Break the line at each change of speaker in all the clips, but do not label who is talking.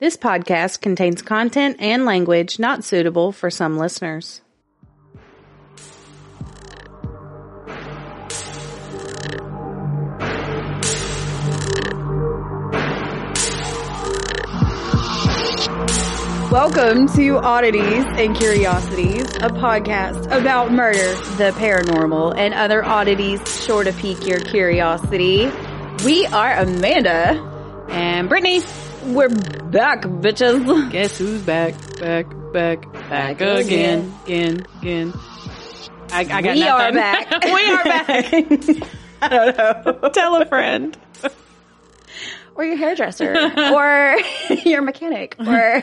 This podcast contains content and language not suitable for some listeners. Welcome to Oddities and Curiosities, a podcast about murder, the paranormal, and other oddities sure to pique your curiosity. We are Amanda and Brittany. We're back, bitches.
Guess who's back, back, back, back
again.
again, again, again. I, I got
we are
nothing.
back.
we are back.
I don't know.
Tell a friend.
Or your hairdresser, or your mechanic, or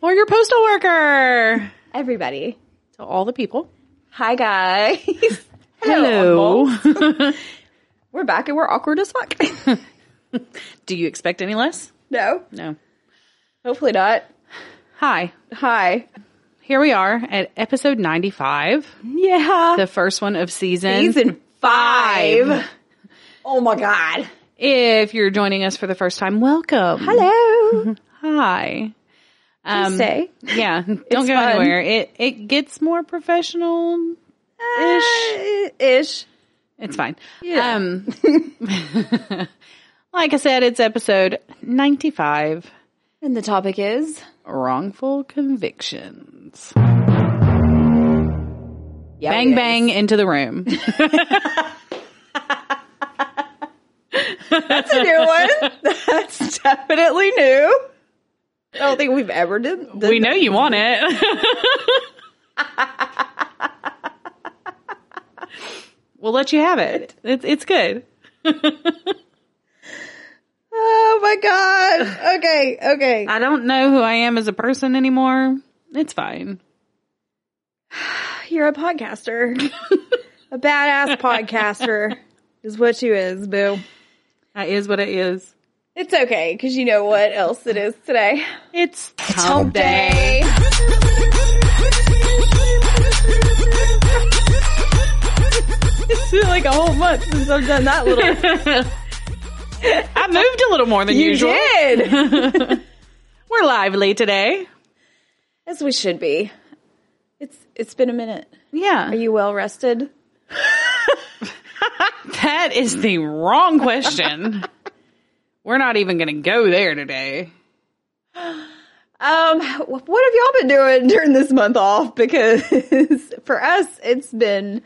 Or your postal worker.
everybody.
To all the people.
Hi, guys.
Hello.
Uncle. We're back and we're awkward as fuck.
Do you expect any less?
no,
No.
hopefully not.
Hi.
Hi.
Here we are at episode 95,
Yeah.
the first one of season.
Season five. Oh my God.
If you're joining us for the first time, welcome.
Hello.
Hi. Um,
Say.
yeah, don't go
fun.
anywhere. It it gets more professional
Ish. Ish.
It's fine.
Yeah.
Um, like I said, it's episode 95
And the topic is
Wrongful Convictions.
yeah,
Bang,
it
bang, into the room.
is. That's a new one. That's definitely new. I don't think we've ever did. done
we know you want it. we'll let you have it. It's, it's good.
Oh my god. Okay, okay.
I don't know who I am as a person anymore. It's fine.
You're a podcaster. a badass podcaster is what you is, boo.
That is what it is.
It's okay because you know what else it is today.
It's hump day.
It's been like a whole month since I've done that little.
I moved a little more than
You
usual.
did,
We're lively today.
as we should be. It's it's been a minute.
Yeah.
Are you well rested?
That is the wrong question. We're not even going to go there today.
Um, wh- what have y'all been doing during this month off? Because for us, it's been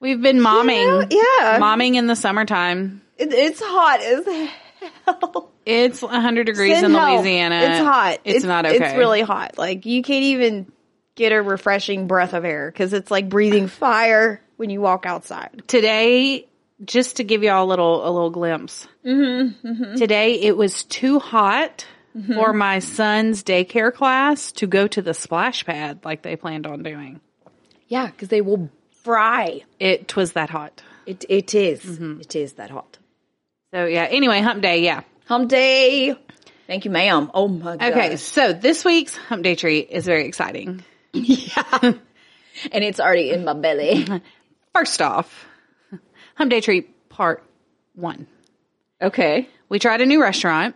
We've been momming.
yeah,
Momming in the summertime.
It, it's hot as hell.
It's 100 degrees in,
Send help.
Louisiana.
It's hot.
It's, not okay.
It's really hot. Like you can't even get a refreshing breath of air because it's like breathing fire when you walk outside.
Today, just to give y'all a little a little glimpse.
Mm-hmm,
Today it was too hot for my son's daycare class to go to the splash pad like they planned on doing.
Yeah, because they will fry.
It was that hot.
It it is. It is that hot.
So yeah, anyway, hump day, yeah.
Hump day. Thank you, ma'am. Oh my god.
Okay, so this week's hump day treat is very exciting.
and it's already in my belly.
First off, Hump Day Treat Part 1.
okay.
We tried a new restaurant.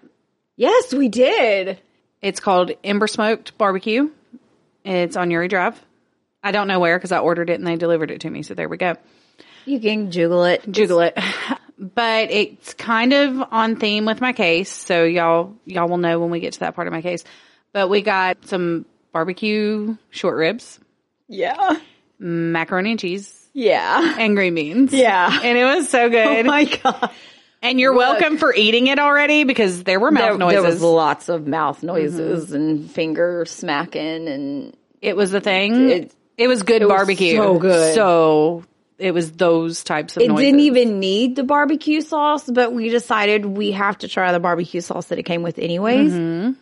Yes, we did.
It's called Ember Smoked Barbecue. It's on Uri Drive. I don't know where because I ordered it and they delivered it to me. So there we go.
You can jiggle it.
Jiggle it. But it's kind of on theme with my case, so y'all y'all will know when we get to that part of my case. But we got some barbecue short ribs,
Yeah.
macaroni and cheese,
Yeah.
and green beans.
Yeah.
And it was so
Oh
good.
god.
And you're welcome for eating it already because there were mouth
There,
noises.
there was lots of mouth noises and finger smacking and
it was the thing. It,
It-
was good
was
barbecue.
so good.
So it was those types of
it
noises.
didn't even need the barbecue sauce, but we decided we have to try the barbecue sauce that it came with anyways.
Mm-hmm.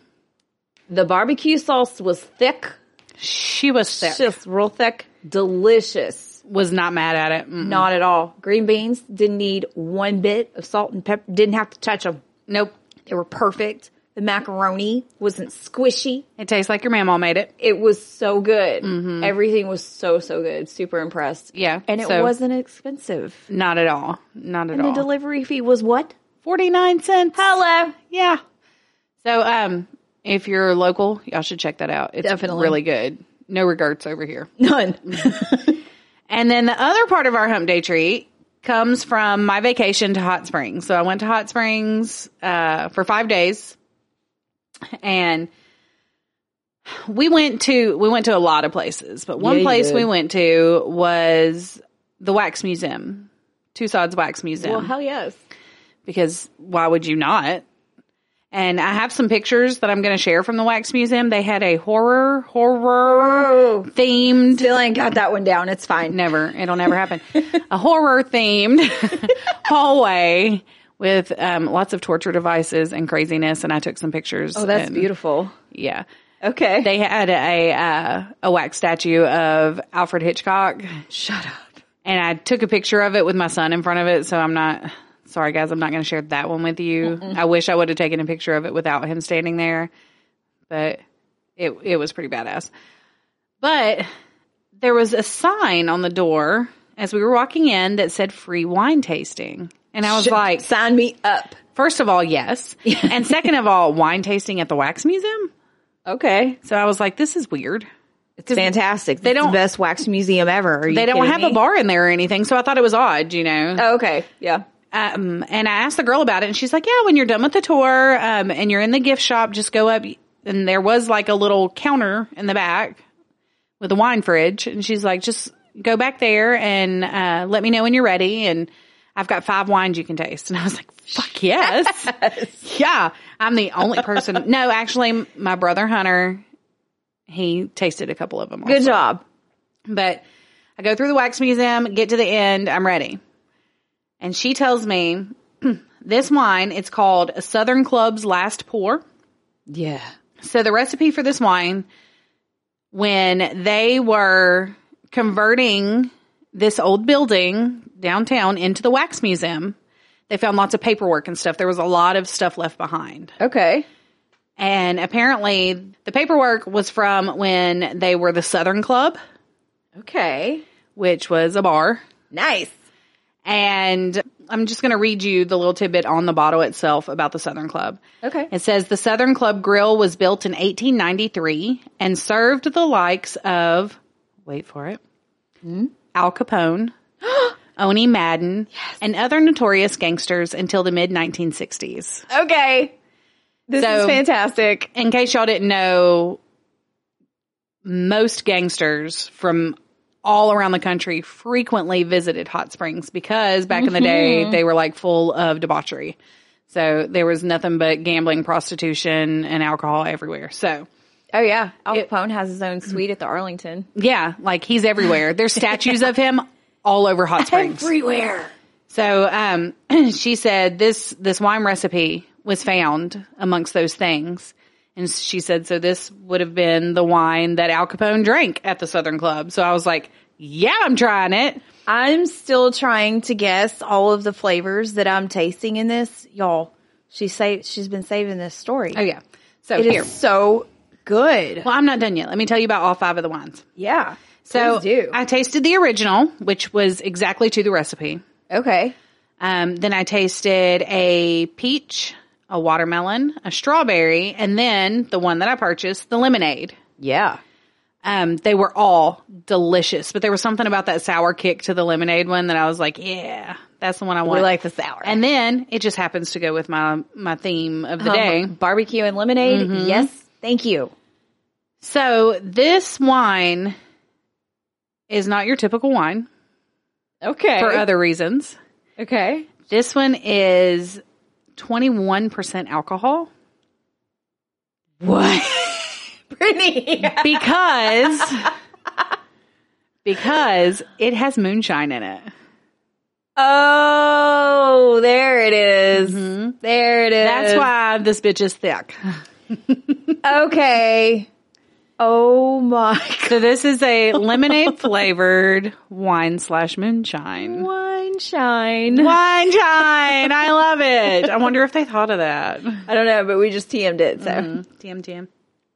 The barbecue sauce was thick,
she was sick.
just real thick, delicious.
was not mad at it. Mm.
Not at all. Green beans didn't need one bit of salt and pepper. Didn't have to touch them.
Nope.
They were perfect. The macaroni wasn't squishy.
It tastes like your mamaw made it.
it was so good. Everything was so so good. Super impressed.
Mm-hmm. Yeah,
and it
so-
wasn't expensive.
Not at all. Not at
The
all.
delivery fee was what?
Forty nine cents.
Hello.
Yeah. So um, If you're local, y'all should check that out. It's
Definitely.
really good. No regrets over here.
None.
And then the other part of our hump day treat comes from my vacation to Hot Springs. So I went to Hot Springs uh, for five days, and we went to we went to a lot of places. But one
Yeah, you
place
did.
we went to was the Wax Museum, Tucson's Wax Museum
Well, hell yes.
because why would you not? And I have some pictures that I'm going to share from the Wax Museum. They had a horror, horror themed,
Still ain't got that one down. It's fine.
never, it'll never happen, a horror themed hallway with um, lots of torture devices and craziness. And I took some pictures.
Oh, that's
and-
beautiful.
Yeah.
Okay.
They had a, uh, a wax statue of Alfred Hitchcock
Shut up.
and I took a picture of it with my son in front of it. So I'm not sorry, guys. I'm not going to share that one with you. I wish I would have taken a picture of it without him standing there, but it it was pretty badass. But there was a sign on the door as we were walking in that said free wine tasting. And I was like,
Sign me up.
first of all, yes. and second of all, wine tasting at the wax museum.
Okay.
So I was like, this is weird.
It's fantastic. They the
don't-
best wax museum ever. Are you
They don't
kidding
have
me? Uh,
a bar in there or anything. So I thought it was odd, you know?
Okay. Yeah.
Um, and I asked the girl about it, and she's like, "Yeah, when you're done with the tour, um, and you're in the gift shop, just go up." And there was like a little counter in the back with a wine fridge, and she's like, "Just go back there and uh, let me know when you're ready." And I've got five wines you can taste, and I was like, "Fuck yes, yeah." I'm the only person. no, actually, m- my brother Hunter, he tasted a couple of them.
Good job.
But I go through the wax museum, get to the end, I'm ready. And she tells me this wine, it's called Southern Club's Last Pour.
Yeah.
So the recipe for this wine, when they were converting this old building downtown into the wax museum, they found lots of paperwork and stuff. There was a lot of stuff left behind.
Okay.
And apparently the paperwork was from when they were the Southern Club,
Okay.
which was a bar
Nice.
And I'm just going to read you the little tidbit on the bottle itself about the Southern Club.
Okay.
It says the Southern Club Grill was built in 1893 and served the likes of, wait for it, Al Capone, Oni Madden, and other notorious gangsters until the mid 1960s.
Okay. This
So-
is fantastic.
In case y'all didn't know, most gangsters from all around the country frequently visited hot springs because back in the day they were like full of debauchery. So there was nothing but gambling, prostitution, and alcohol everywhere. So
Oh yeah. Al Capone has his own suite at the Arlington.
yeah, like he's everywhere. There's statues of him all over hot springs.
Everywhere.
So um, she said this this wine recipe was found amongst those things, and she said so this would have been the wine that Al Capone drank at the Southern Club. So I was like, yeah, I'm trying it.
I'm still trying to guess all of the flavors that I'm tasting in this, y'all. She say she's been saving this story.
Oh yeah. So
It is
here,
so good.
well, I'm not done yet. Let me tell you about all five of the wines.
Yeah.
So
Please do.
I tasted the original, which was exactly to the recipe.
Okay.
Um, then I tasted a peach, a watermelon, a strawberry, and then the one that I purchased, the lemonade.
Yeah.
Um, they were all delicious, but there was something about that sour kick to the lemonade one that I was like, yeah, that's the one I want.
We like the sour.
and then it just happens to go with my my theme of the
Uh-huh.
Um,
day.
barbecue and lemonade. Yes. Thank you.
So this wine is not your typical wine
Okay.
for other reasons.
okay.
This one is 21% alcohol
Brittany.
because because it has moonshine in it.
Oh, there it is.
Mm-hmm.
There it is.
That's why this bitch is thick.
Okay.
Oh my
So this is a lemonade flavored wine slash moonshine.
wine shine.
Wine shine. I love it. I wonder if they thought of that.
I don't know, but we just TM'd it, so
TM TM.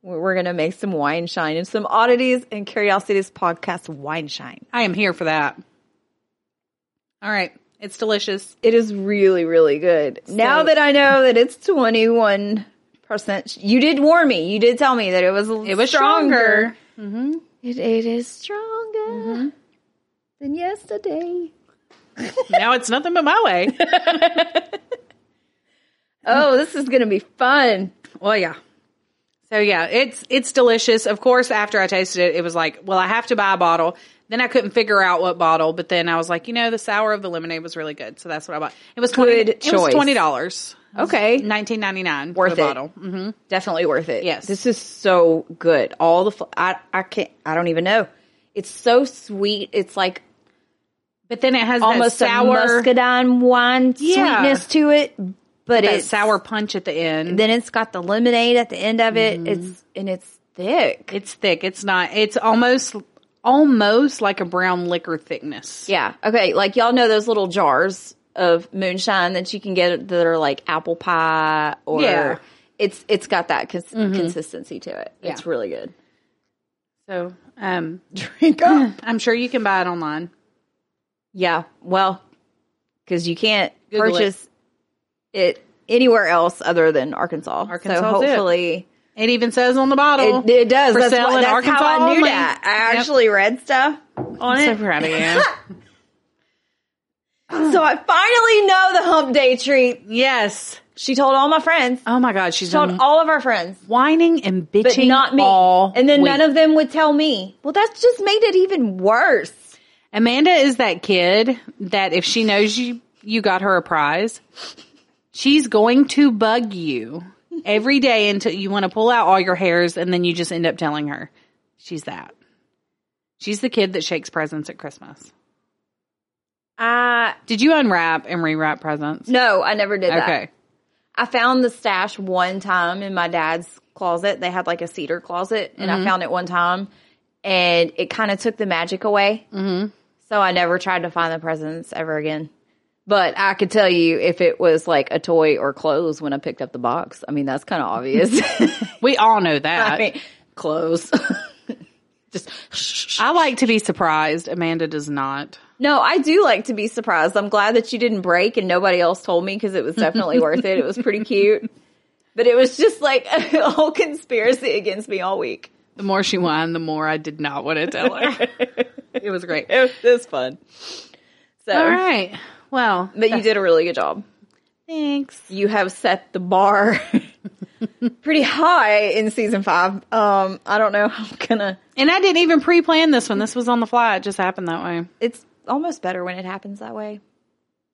we're gonna make some wine shine and some oddities and curiosities podcast wine shine.
I am here for that. All right. It's delicious.
It is really, really good. now that I know that it's 21%
percent. You did warn me. You did tell me that it was it
was stronger. Mm-hmm.
It, it is stronger than yesterday.
now it's nothing but my way.
Oh, this is gonna be fun.
Well, yeah. So yeah, it's it's delicious. Of course, after I tasted it, it was like, well, I have to buy a bottle. Then I couldn't figure out what bottle, but then I was like, you know, the sour of the lemonade was really good, so that's what I bought. It was twenty.
Good
it was
choice.
twenty dollars,
Okay,
nineteen ninety nine
Worth
for the
it.
bottle. hmm
definitely worth it.
Yes.
this is so good. All the fl- I I can't. I don't even know. It's so sweet. It's like
But then it has
almost
that sour,
a muscadine wine
Yeah.
sweetness to it, but
that
it's
sour punch at the end.
Then it's got the lemonade at the end of it. It's and it's thick.
It's thick. It's not. It's almost almost like a brown liquor thickness.
Yeah. Okay. Like y'all know those little jars of moonshine that you can get that are like apple pie or
Yeah.
it's it's got that cons- consistency to it. It's
Yeah.
really good.
So, um,
Drink up.
I'm sure you can buy it online.
yeah. Well, because you can't
Google it.
purchase it. anywhere else other than Arkansas.
Arkansas is
So
it.
hopefully
It even says on the bottle.
it, it does.
For
That's,
sale
why,
in
that's
Arkansas
how I knew
only.
that. I
Yep.
actually read stuff on
I'm
it.
so proud of you.
So I finally know the hump day treat.
yes.
She told all my friends.
Oh my God, she's
Told
done
all of our friends,
whining and bitching,
but not me.
All
and then
week.
none of them would tell me. Well, that's just made it even worse.
Amanda is that kid that if she knows you you got her a prize, she's going to bug you every day until you want to pull out all your hairs, and then you just end up telling her she's that. She's the kid that shakes presents at Christmas.
I
Did you unwrap and rewrap presents?
no, I never did that.
Okay.
I found the stash one time in my dad's closet. They had like a cedar closet, and I found it one time, and it kind of took the magic away. Mm-hmm. So I never tried to find the presents ever again. But I could tell you if it was like a toy or clothes when I picked up the box. I mean, that's kind of obvious.
We all know that.
I
I,
mean, clothes. Just
like to be surprised. Amanda does not.
no, I do like to be surprised. I'm glad that you didn't break and nobody else told me because it was definitely worth it. It was pretty cute, but it was just like a whole conspiracy against me all week.
The more she whined, the more I did not want to tell her. it was great.
It was, it was fun. So,
All right. Well,
but you did a really good job.
thanks.
You have set the bar pretty high in season five. Um, I don't know. I'm gonna.
And I didn't even pre-plan this one. This was on the fly. It just happened that way.
It's almost better when it happens that way.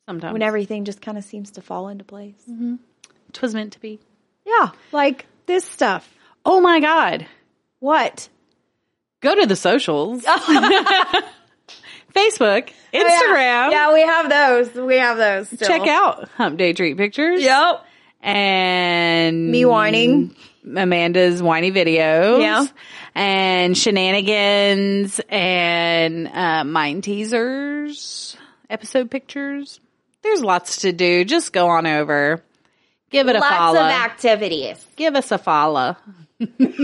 Sometimes
When everything just kind of seems to fall into place.
twas meant to be.
Yeah, like this stuff.
Oh my god!
What?
Go to the socials: Facebook, Instagram.
Oh, Yeah, we have those. We have those. Still.
Check out Hump Day Treat pictures.
Yep.
And
Me whining.
Amanda's whiny videos.
Yeah.
And shenanigans and uh, mind teasers, episode pictures. There's lots to do. Just go on over. Give it a
Lots
follow.
of activities.
Give us a follow.
And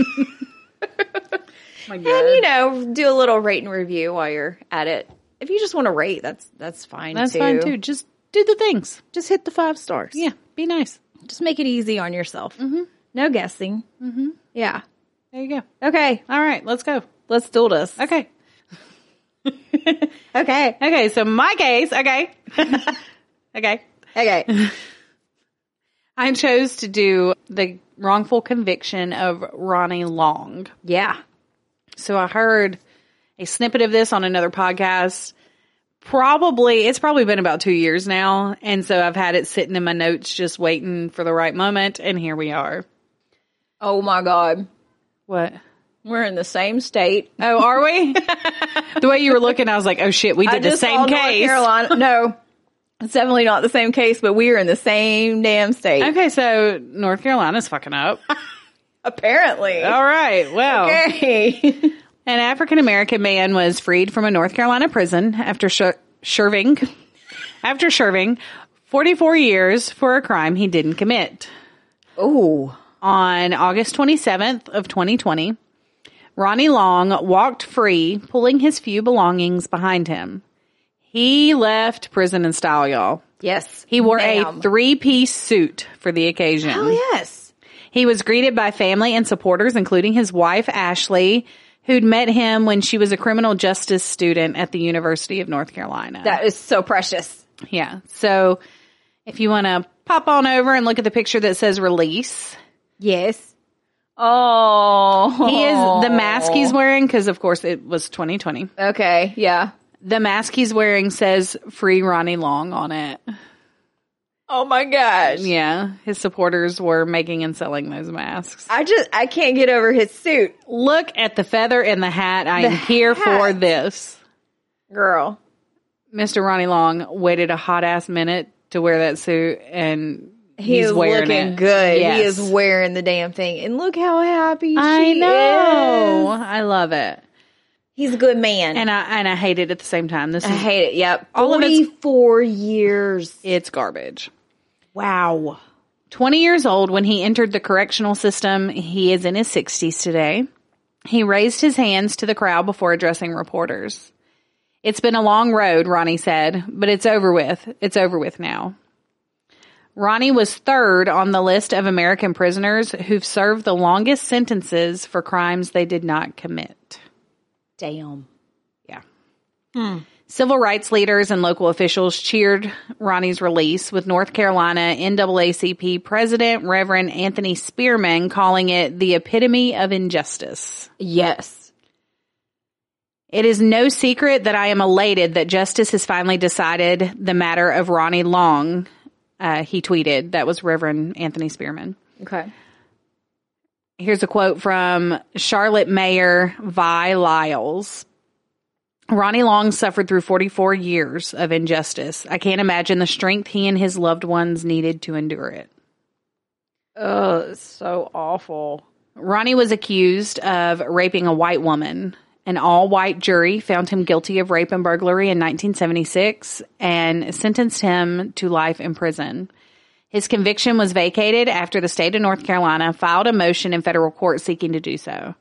you know, do a little rate and review while you're at it. If you just want to rate, that's that's fine.
That's fine too. Just do the things.
Just hit the five stars.
Yeah. Be nice.
Just make it easy on yourself. Mm-hmm. No guessing. Mm-hmm. Yeah.
There you go.
Okay.
All right. Let's go.
Let's do this.
Okay.
Okay.
Okay. So my case. Okay. okay.
Okay.
I chose to do the wrongful conviction of Ronnie Long.
yeah.
So I heard a snippet of this on another podcast. Probably, it's probably been about two years now. And so I've had it sitting in my notes just waiting for the right moment. And here we are.
Oh my God.
What?
We're in the same state.
Oh, are we? the way you were looking, I was like, oh shit, we did the
saw
same
North
case.
Carolina. No, it's definitely not the same case, but we are in the same damn state.
Okay, so North Carolina's fucking up.
Apparently.
All right. Well,
Okay.
an African American man was freed from a North Carolina prison after sher- serving after serving 44 years for a crime he didn't commit.
oh.
On August 27th of 2020, Ronnie Long walked free, pulling his few belongings behind him. He left prison in style, y'all.
Yes.
He wore
Ma'am.
a three-piece suit for the occasion.
Oh, yes.
He was greeted by family and supporters, including his wife, Ashley, who'd met him when she was a criminal justice student at the University of North Carolina.
That is so precious.
yeah. So if you want to pop on over and look at the picture that says release,
Yes. Oh.
he is the mask he's wearing, because of course it was 2020.
Okay. Yeah.
The mask he's wearing says free Ronnie Long on it.
Oh my gosh.
Yeah. His supporters were making and selling those masks.
I just I can't get over his suit,
Look at the feather in the hat. I am
The
here for
hat.
this.
girl.
Mr. Ronnie Long waited a hot ass minute to wear that suit and
He
he's
is
wearing
looking
it.
good. He
Yes.
is wearing the damn thing, and look how happy
I
she
know.
is.
I love it.
He's a good man,
And I and I hate it at the same time. This
I
is
hate it. Yep,
All of it's-
forty-four years.
it's garbage.
Wow.
20 years old when he entered the correctional system. He is in his 60s today. He raised his hands to the crowd before addressing reporters. It's been a long road, Ronnie said, but it's over with. It's over with now. Ronnie was third on the list of American prisoners who've served the longest sentences for crimes they did not commit.
Damn.
Yeah. Civil rights leaders and local officials cheered Ronnie's release, with North Carolina NAACP President Reverend Anthony Spearman calling it the epitome of injustice.
Yes.
It is no secret that I am elated that justice has finally decided the matter of Ronnie Long, uh, he tweeted. That was Reverend Anthony Spearman.
Okay.
Here's a quote from Charlotte Mayor Vi Lyles. Ronnie Long suffered through 44 years of injustice. I can't imagine the strength he and his loved ones needed to endure it.
Oh, it's so awful.
Ronnie was accused of raping a white woman. An all white jury found him guilty of rape and burglary in 1976 and sentenced him to life in prison. His conviction was vacated after the state of North Carolina filed a motion in federal court seeking to do so.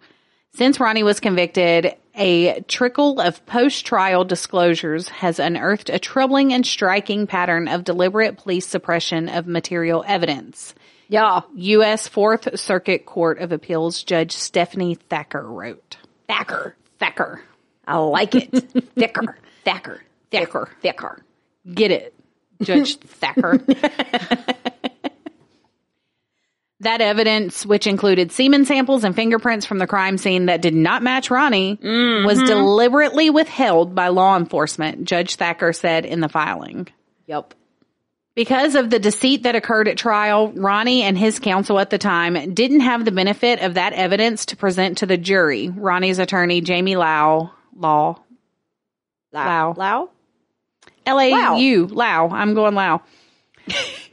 Since Ronnie was convicted, a trickle of post trial disclosures has unearthed a troubling and striking pattern of deliberate police suppression of material evidence.
Yeah.
U.S. Fourth Circuit Court of Appeals Judge Stephanie Thacker wrote.
Thacker.
Thacker.
I like it. Thicker. Thacker.
Thacker.
Thicker.
Get it, Judge Thacker. that evidence, which included semen samples and fingerprints from the crime scene that did not match Ronnie, was deliberately withheld by law enforcement, Judge Thacker said in the filing.
Yep.
Because of the deceit that occurred at trial, Ronnie and his counsel at the time didn't have the benefit of that evidence to present to the jury. Ronnie's attorney, Jamie Lau, Law, Wow.
Loud. Loud.
L A U, Lau, I'm going Lau,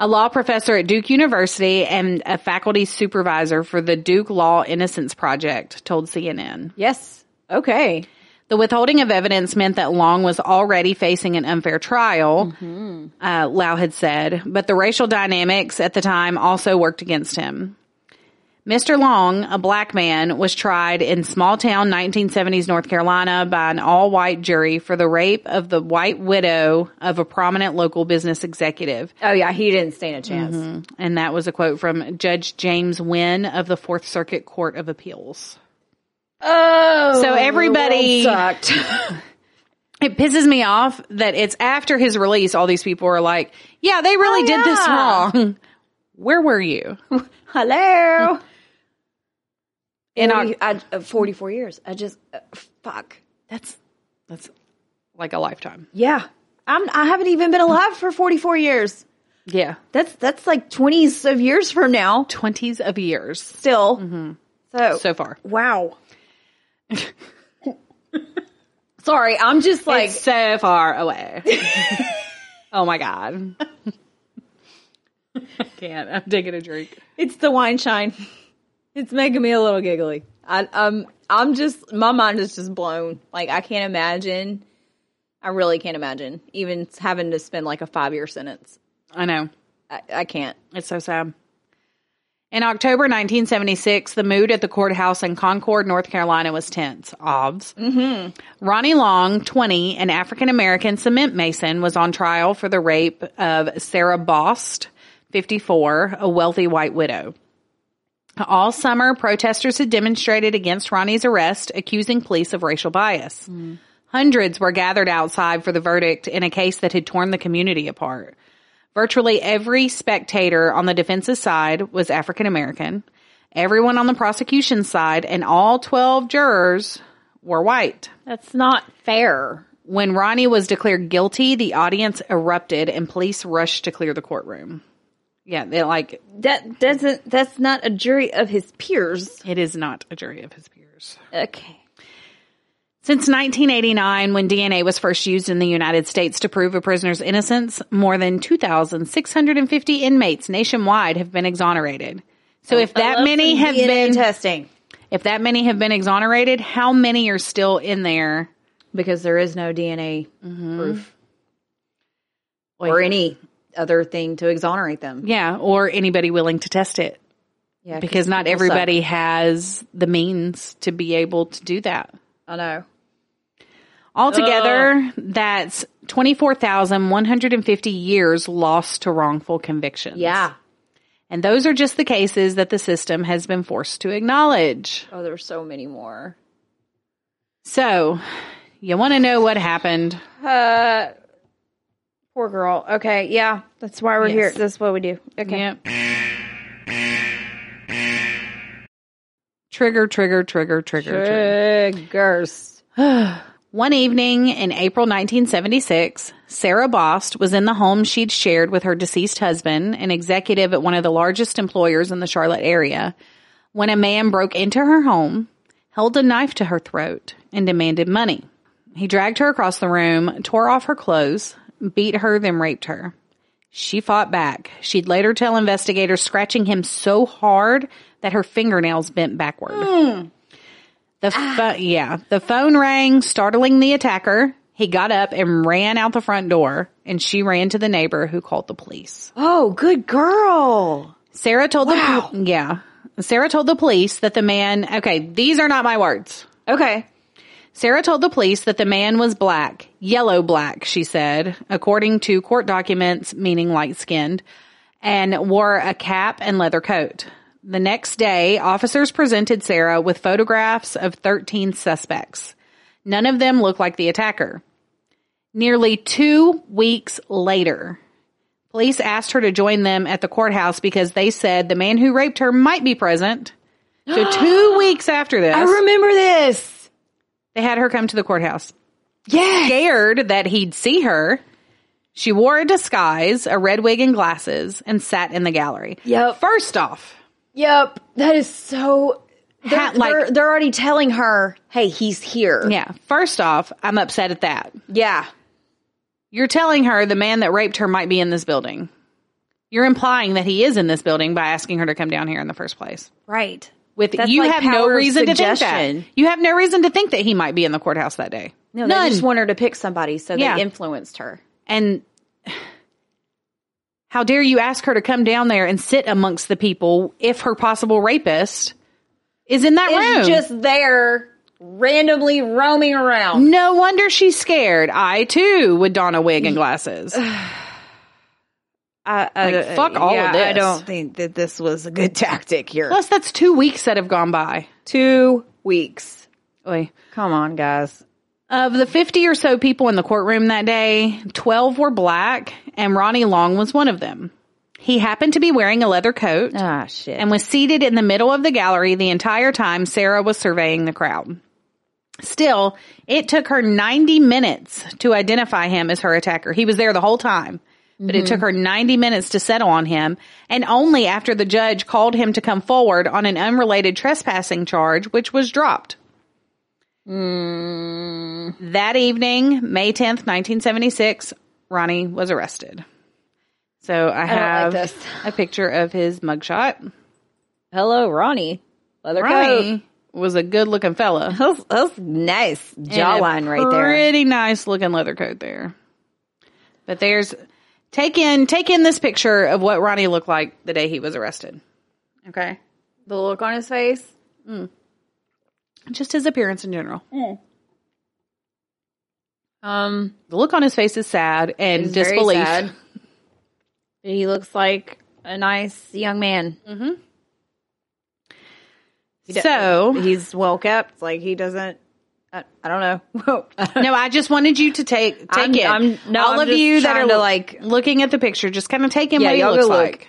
a law professor at Duke University and a faculty supervisor for the Duke Law Innocence Project, told CNN.
Yes. Okay.
The withholding of evidence meant that Long was already facing an unfair trial, uh, Lau had said, but the racial dynamics at the time also worked against him. Mr. Long, a black man, was tried in small town 1970s North Carolina by an all white jury for the rape of the white widow of a prominent local business executive.
Oh yeah, he didn't stand a chance.
And that was a quote from Judge James Wynn of the Fourth Circuit Court of Appeals.
Oh.
So everybody-
the world sucked.
it pisses me off that it's after his release all these people are like yeah they really
Oh,
did this
yeah.
wrong where were you
Hello.
in
Forty-
our,
I, uh, 44 years. I just, uh, fuck.
that's that's like a lifetime
Yeah. I'm, I haven't even been alive for 44 years.
yeah
That's, that's like 20s of years from now,
20s of years
still. Mm-hmm. So,
so far
wow. Sorry. I'm just
like
like,
so far away oh my god I can't i'm taking a drink
it's the wine shine. It's making me a little giggly. I, um, I'm just, my mind is just blown. Like, I can't imagine. I really can't imagine even having to spend like a five year sentence.
i know
I, I can't.
It's so sad. In October 1976, the mood at the courthouse in Concord, North Carolina was tense. Obvs. Mm-hmm. Ronnie Long, 20, an African American cement mason, was on trial for the rape of Sarah Bost, 54, a wealthy white widow. All summer, protesters had demonstrated against Ronnie's arrest, accusing police of racial bias. Hundreds were gathered outside for the verdict in a case that had torn the community apart. Virtually every spectator on the defense's side was African American, everyone on the prosecution's side, and all 12 jurors were white.
That's not fair.
When Ronnie was declared guilty, the audience erupted and police rushed to clear the courtroom. Yeah, they like
That doesn't. That's not a jury of his peers.
it is not a jury of his peers.
Okay.
Since 1989, when DNA was first used in the United States to prove a prisoner's innocence, more than 2,650 inmates nationwide have been exonerated. So if that many have
DNA
been
testing
if that many have been exonerated, how many are still in there?
because there is no DNA proof or any other thing to exonerate them.
Yeah, or anybody willing to test it
Yeah,
because not
people
everybody has the means to be able to do that.
suck. I know.
Altogether, that's 24,150 years lost to wrongful convictions.
Yeah.
And those are just the cases that the system has been forced to acknowledge.
Oh, there's so many more.
So, you want to know what happened?
Uh, poor girl. Okay, yeah, that's why we're here.
Yes.
That's what we do. Okay.
Yep. Trigger, trigger, trigger, trigger, trigger.
Triggers.
One evening in April 1976, Sarah Bost was in the home she'd shared with her deceased husband, an executive at one of the largest employers in the Charlotte area, when a man broke into her home, held a knife to her throat, and demanded money. He dragged her across the room, tore off her clothes, beat her, then raped her. She fought back. She'd later tell investigators scratching him so hard that her fingernails bent backward. The pho- yeah, the phone rang, startling the attacker. He got up and ran out the front door, and she ran to the neighbor who called the police.
Oh, good girl.
Sarah told the yeah, Sarah told the police that the man. Okay, these are not my words.
Okay.
Sarah told the police that the man was black, yellow black, she said, according to court documents, meaning light skinned, and wore a cap and leather coat. The next day, officers presented Sarah with photographs of 13 suspects. None of them looked like the attacker. Nearly two weeks later, police asked her to join them at the courthouse because they said the man who raped her might be present. So two weeks after this,
I remember this.
they had her come to the courthouse.
Yeah.
Scared that he'd see her, she wore a disguise, a red wig and glasses, and sat in the gallery.
Yep.
First off,
Yep. That is so. They're,
Hat, like-
they're, they're already telling her, hey, he's here.
yeah, first off, I'm upset at that.
Yeah.
You're telling her the man that raped her might be in this building. You're implying that he is in this building by asking her to come down here in the first place.
Right.
With
That's
you
like
have no
power of
reason to
suggestion.
think that. You have no reason to think that he might be in the courthouse that day.
No,
None.
they just want her to pick somebody, so
Yeah.
they influenced her.
And how dare you ask her to come down there and sit amongst the people if her possible rapist is in that
It's
room?
just there, randomly roaming around.
no wonder she's scared. I too would don a wig and glasses.
I, I,
Like, fuck all of
uh, I
this.
don't think that this was a good tactic here.
Plus, that's two weeks that have gone by.
Two weeks.
Oy.
Come on, guys.
Of the 50 or so people in the courtroom that day, 12 were black, and Ronnie Long was one of them. He happened to be wearing a leather coat.
Ah, shit.
and was seated in the middle of the gallery the entire time Sarah was surveying the crowd. Still, it took her 90 minutes to identify him as her attacker. He was there the whole time, but it took her
Mm-hmm.
90 minutes to settle on him, and only after the judge called him to come forward on an unrelated trespassing charge, which was dropped.
Mm.
That evening, May 10th, 1976, Ronnie was arrested. So I
like
have
this.
a picture of his mugshot.
Hello, Ronnie. Leather
Ronnie was a good looking fella.
coat. That's, that's nice jawline
And a
right there.
Pretty nice looking leather coat there. But there's take in take in this picture of what Ronnie looked like the day he was arrested. Okay.
The look on his face.
Mm. Just his appearance in general.
Um,
The look on his face is sad and
is very
disbelief.
sad. He looks like a nice young man.
He
Oh.
So-
he's well kept. Like he doesn't. I, I don't know.
No, I just wanted you to take take
I'm-
it.
I'm- no,
all
I'm
of
just
you that
trying
are
to,
like
like-
looking at the picture, just kind of taking
Yeah,
what he
y'all go
looks
look.
like.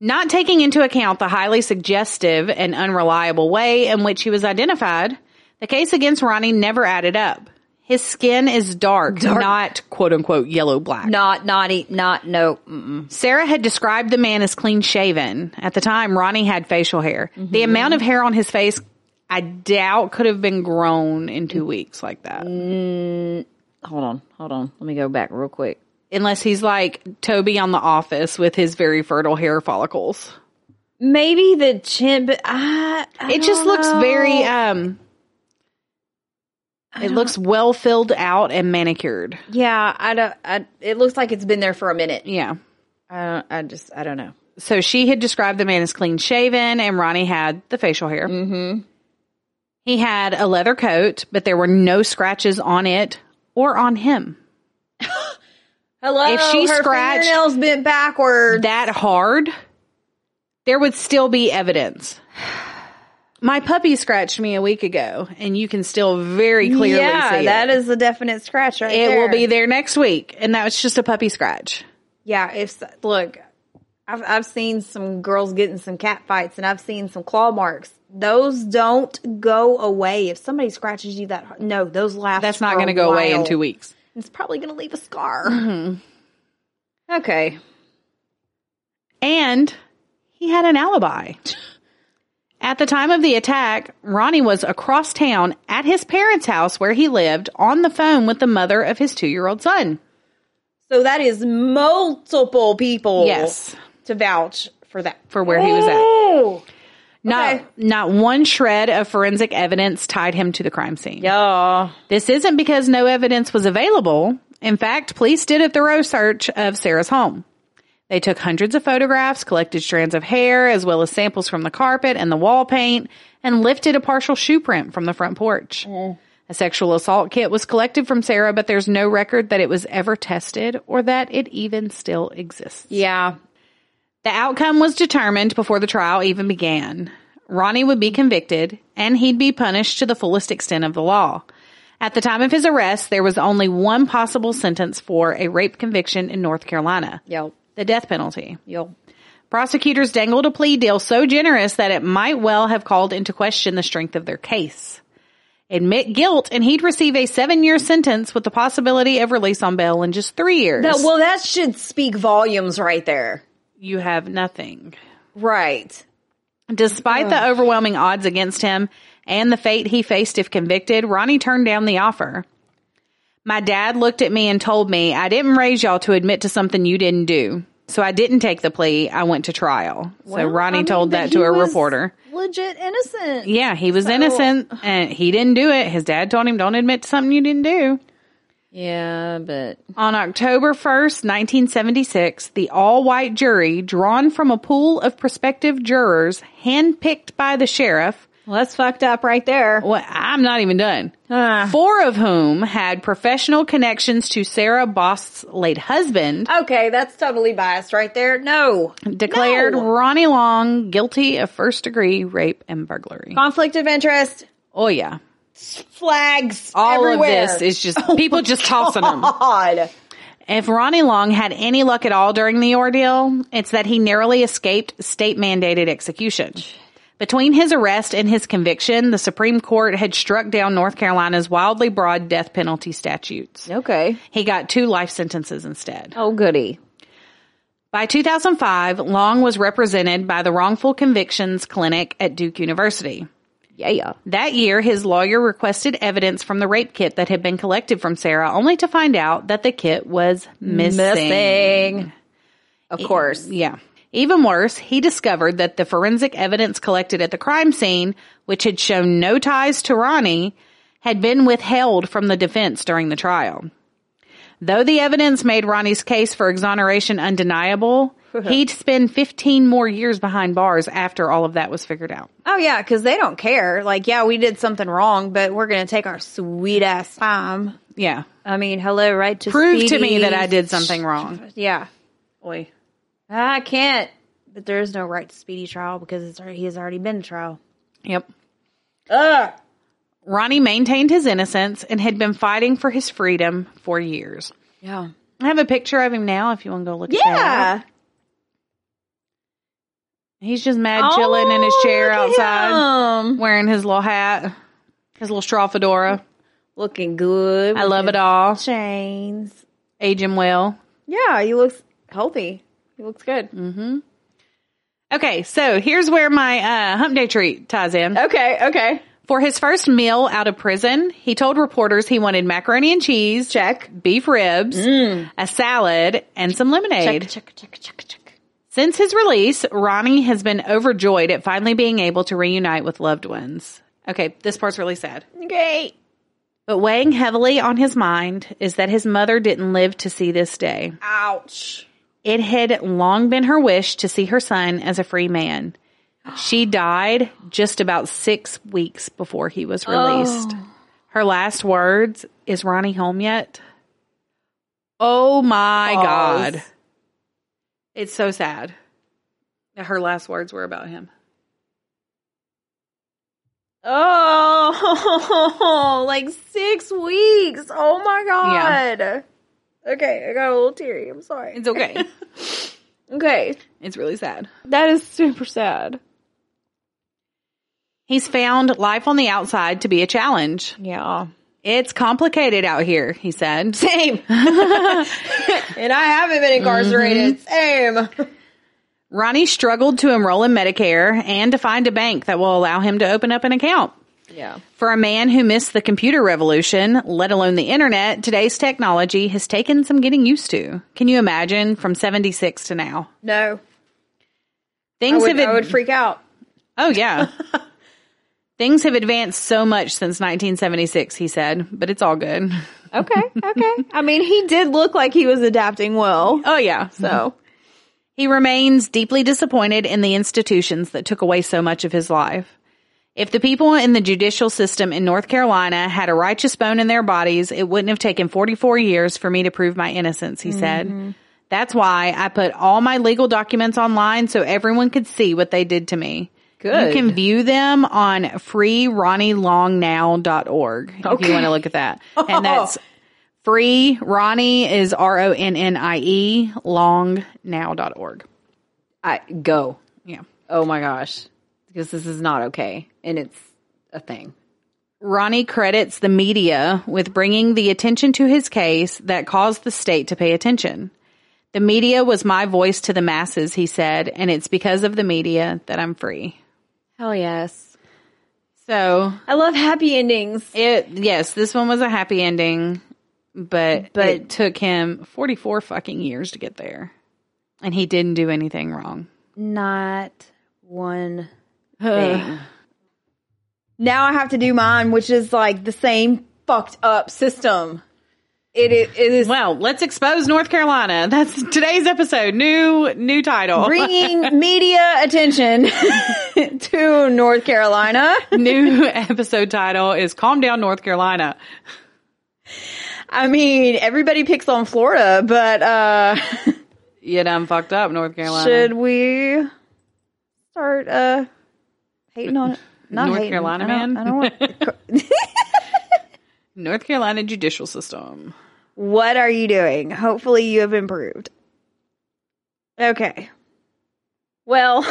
Not taking into account the highly suggestive and unreliable way in which he was identified, the case against Ronnie never added up. His skin is dark, not quote unquote yellow black.
Not naughty, not no. Mm.
Sarah had described the man as clean shaven. At the time, Ronnie had facial hair. The
Mm-hmm.
amount of hair on his face, I doubt could have been grown in two weeks like that.
Hold on, hold on. Let me go back real quick.
unless he's like Toby on The Office with his very fertile hair follicles.
Maybe the chin, but I, I
It just
don't
looks
know.
very um. It looks well filled out and manicured.
Yeah, I don't. I, it looks like it's been there for a minute.
Yeah.
I don't. I just. I don't know.
So she had described the man as clean shaven, and Ronnie had the facial hair. Mm-hmm. He had a leather coat, but there were no scratches on it or on him.
Hello.
If she scratched-
fingernails bent backward,
that hard, there would still be evidence. My puppy scratched me a week ago, and you can still very clearly
yeah,
see
that
it.
is a definite scratch right
it
there.
will be there next week, and that was just a puppy scratch.
Yeah, if look, I've I've seen some girls getting some cat fights, and I've seen some claw marks. Those don't go away. If somebody scratches you that hard, no, those last.
That's not
for a
going to go away in
while.
two weeks.
It's probably going to leave a scar.
Mm-hmm.
Okay.
And he had an alibi. At the time of the attack, Ronnie was across town at his parents' house where he lived on the phone with the mother of his two year old son.
So that is multiple people.
Yes.
To vouch for that.
For where he was at.
Oh.
Not
Okay.
not one shred of forensic evidence tied him to the crime scene.
Yeah.
This isn't because no evidence was available. In fact, police did a thorough search of Sarah's home. They took hundreds of photographs, collected strands of hair, as well as samples from the carpet and the wall paint, and lifted a partial shoe print from the front porch. A sexual assault kit was collected from Sarah, but there's no record that it was ever tested or that it even still exists.
Yeah.
The outcome was determined before the trial even began. Ronnie would be convicted and he'd be punished to the fullest extent of the law. At the time of his arrest, there was only one possible sentence for a rape conviction in North Carolina.
Yep.
The death penalty.
Yep.
Prosecutors dangled a plea deal so generous that it might well have called into question the strength of their case. Admit guilt and he'd receive a seven year sentence with the possibility of release on bail in just three years.
That, well, that should speak volumes right there.
you have nothing.
Right.
Despite the overwhelming odds against him and the fate he faced if convicted, Ronnie turned down the offer. My dad looked at me and told me, I didn't raise y'all to admit to something you didn't do. So I didn't take the plea. I went to trial. so Ronnie
I mean,
told
but
that
he
to a
was
reporter.
Legit innocent.
Yeah, he was innocent and he didn't do it. His dad told him, don't admit to something you didn't do.
Yeah, but
On October 1st, 1976, the all white jury, drawn from a pool of prospective jurors handpicked by the sheriff,
well, that's fucked up right there.
Well, I'm not even done.
Ah.
Four of whom had professional connections to Sarah Bost's late husband,
Okay, that's totally biased right there. Oh, No.
declared
No.
Ronnie Long guilty of first degree rape and burglary.
conflict of interest,
Oh yeah.
flags
All
everywhere. Oh,
of this is just people just tossing them.
God.
If Ronnie Long had any luck at all during the ordeal, it's that he narrowly escaped state mandated execution. Between his arrest and his conviction, the Supreme Court had struck down North Carolina's wildly broad death penalty statutes.
Okay.
He got two life sentences instead.
Oh, goody.
By 2005, Long was represented by the Wrongful Convictions Clinic at Duke University.
Yeah, yeah.
That year, his lawyer requested evidence from the rape kit that had been collected from Sarah, only to find out that the kit was missing.
Missing. Of course.
Yeah. Even worse, he discovered that the forensic evidence collected at the crime scene, which had shown no ties to Ronnie, had been withheld from the defense during the trial. Though the evidence made Ronnie's case for exoneration undeniable, he'd spend 15 more years behind bars after all of that was figured out.
Oh, yeah, because they don't care. Like, yeah, we did something wrong, but we're going to take our sweet ass time.
Yeah.
I mean, hello, right to
Prove to me
speedy.
that I did something wrong.
Yeah.
Boy.
I can't
But there is no right to speedy trial because it's already, he has already been to trial.
Yep.
Ugh.
Ronnie maintained his innocence and had been fighting for his freedom for years.
Yeah.
I have a picture of him now if you want to go look at that.
Yeah.
He's just mad chilling in his chair
Oh, look at
outside,
him.
wearing his little hat, his little straw fedora.
Looking good.
I love it all.
chains.
Age him well.
Yeah, he looks healthy.
He looks good.
Okay, so here's where my uh, hump day treat ties in.
Okay, okay.
For his first meal out of prison, he told reporters he wanted macaroni and cheese,
Check.
beef ribs,
Mm.
a salad, and some lemonade.
Check, check, check, check, check.
Since his release, Ronnie has been overjoyed at finally being able to reunite with loved ones. Okay, this part's really sad.
Great.
But weighing heavily on his mind is that his mother didn't live to see this day.
Ouch.
It had long been her wish to see her son as a free man. She died just about six weeks before he was released. Her last words is Ronnie home yet? Oh my
Pause.
God. It's so sad. that Her last words were about him.
Oh, like six weeks. Oh my
Yeah.
god. Okay, I got a little teary. I'm sorry.
It's okay.
Okay,
it's really sad.
that is super sad.
He's found life on the outside to be a challenge.
Yeah.
It's complicated out here, he said.
Same. and I haven't been incarcerated. Same.
Ronnie struggled to enroll in Medicare and to find a bank that will allow him to open up an account.
Yeah.
For a man who missed the computer revolution, let alone the internet, today's technology has taken some getting used to. Can you imagine from 76 to now?
No. I
Things
would,
have
I would
ad-
freak out.
Oh yeah. Things have advanced so much since 1976, he said, but it's all good.
Okay, okay. I mean, he did look like he was adapting well.
Oh yeah.
So,
He remains deeply disappointed in the institutions that took away so much of his life. If the people in the judicial system in North Carolina had a righteous bone in their bodies, it wouldn't have taken 44 years for me to prove my innocence, he said. That's why I put all my legal documents online so everyone could see what they did to me.
Good.
You can view them on freeronnielongnow.org if you want to look at that. And that's free Ronnie is R O N N I E longnow.org.
I go.
Yeah.
Oh my gosh. Because this is not okay. And it's a thing.
Ronnie credits the media with bringing the attention to his case that caused the state to pay attention. The media was my voice to the masses, he said, and it's because of the media that I'm free.
Hell yes.
So,
I love happy endings.
it yes, this one was a happy ending, but but it took him 44 fucking years to get there. And he didn't do anything wrong.
Not one.
Now I have to do mine, which is like the same fucked up system. It is, it is
Well, let's expose North Carolina. That's today's episode. New new title.
bringing media attention to North Carolina.
new episode title is Calm Down North Carolina.
I mean, everybody picks on Florida, but uh
You done fucked up, North Carolina.
should we start uh hating on it? Not
North
hating.
Carolina
I don't-
man?
I don't want
North Carolina judicial system.
What are you doing? Hopefully you have improved. Okay. Well,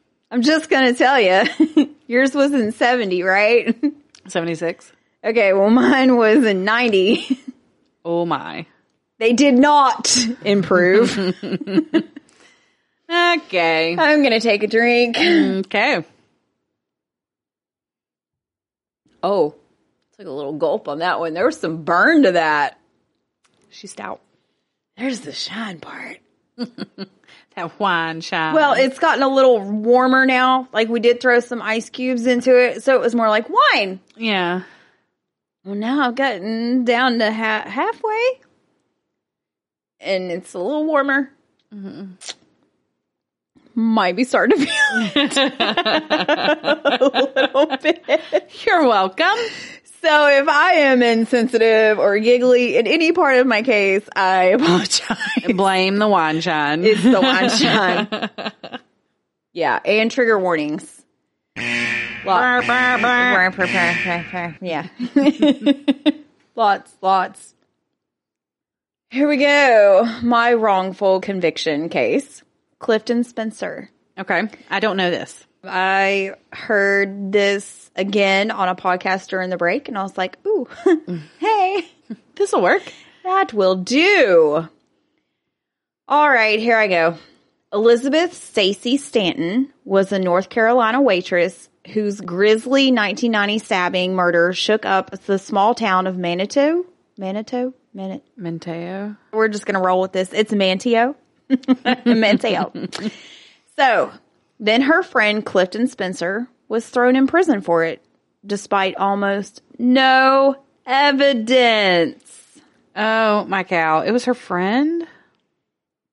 I'm just going to tell you. Yours was in 70, right?
76.
Okay, well mine was in 90.
Oh my.
They did not improve.
Okay.
I'm going to take a drink.
Okay.
Oh. Took a little gulp on that one. There was some burn to that.
She's stout.
There's the shine part.
That wine shine.
Well, it's gotten a little warmer now. Like we did throw some ice cubes into it, so it was more like wine.
yeah.
Well, now I've gotten down to ha- halfway, and it's a little warmer.
Mm-hmm.
Might be starting to feel it a little bit.
You're welcome.
So, if I am insensitive or giggly in any part of my case, I apologize.
Blame the wine shine.
It's the wine shine. Yeah, and trigger warnings.
Brr,
Lot-
brr, brr, brr, brr. Yeah.
lots, lots. Here we go. My wrongful conviction case. Clifton Spencer.
Okay. I don't know this.
I heard this again on a podcast during the break, and I was like, ooh, hey,
This will work.
that will do. All right, here I go. Elizabeth Stacy Stanton was a North Carolina waitress whose grisly 1990 stabbing murder shook up the small town of Manitou. Manitou? Manitou?
Manteo.
we're just gonna roll with this. It's Manteo. Manteo. so then her friend Clifton Spencer was thrown in prison for it, despite almost no evidence.
Oh, my cow. It was her friend.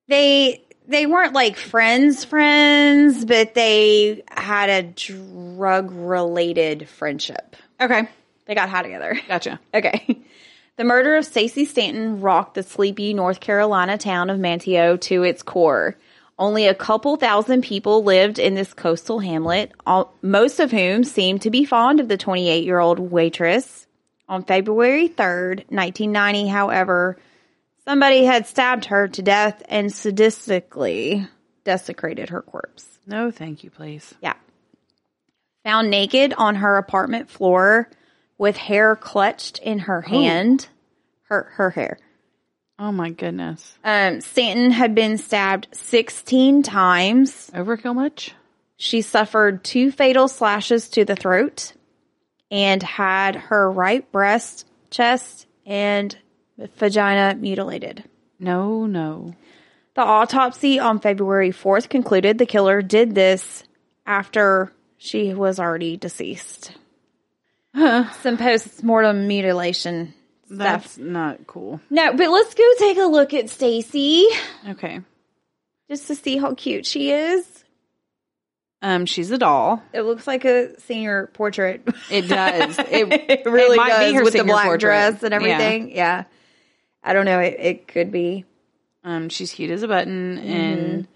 They they weren't like friends friends, but they had a drug related friendship.
Okay.
They got high together.
Gotcha.
Okay. The murder of Stacy Stanton rocked the sleepy North Carolina town of Manteo to its core. Only a couple thousand people lived in this coastal hamlet, all, most of whom seemed to be fond of the 28 year old waitress. On February 3rd, 1990, however, somebody had stabbed her to death and sadistically desecrated her corpse.
No, thank you, please.
Yeah. Found naked on her apartment floor with hair clutched in her hand. Her her hair.
Oh, my goodness.
Um, Stanton had been stabbed 16 times.
Overkill much?
She suffered two fatal slashes to the throat and had her right breast, chest, and vagina mutilated.
No, no.
The autopsy on February 4th concluded the killer did this after she was already deceased. Some post mortem mutilation stuff.
That's not cool.
No, but let's go take a look at Stacy
Okay.
just to see how cute she is.
Um, she's a doll.
It looks like a senior portrait.
It does. It,
It really
might be
does
her
with the
senior
black
portrait.
dress and
Yeah.
everything. Yeah. I don't know. It, it could be.
um, she's cute as a button, and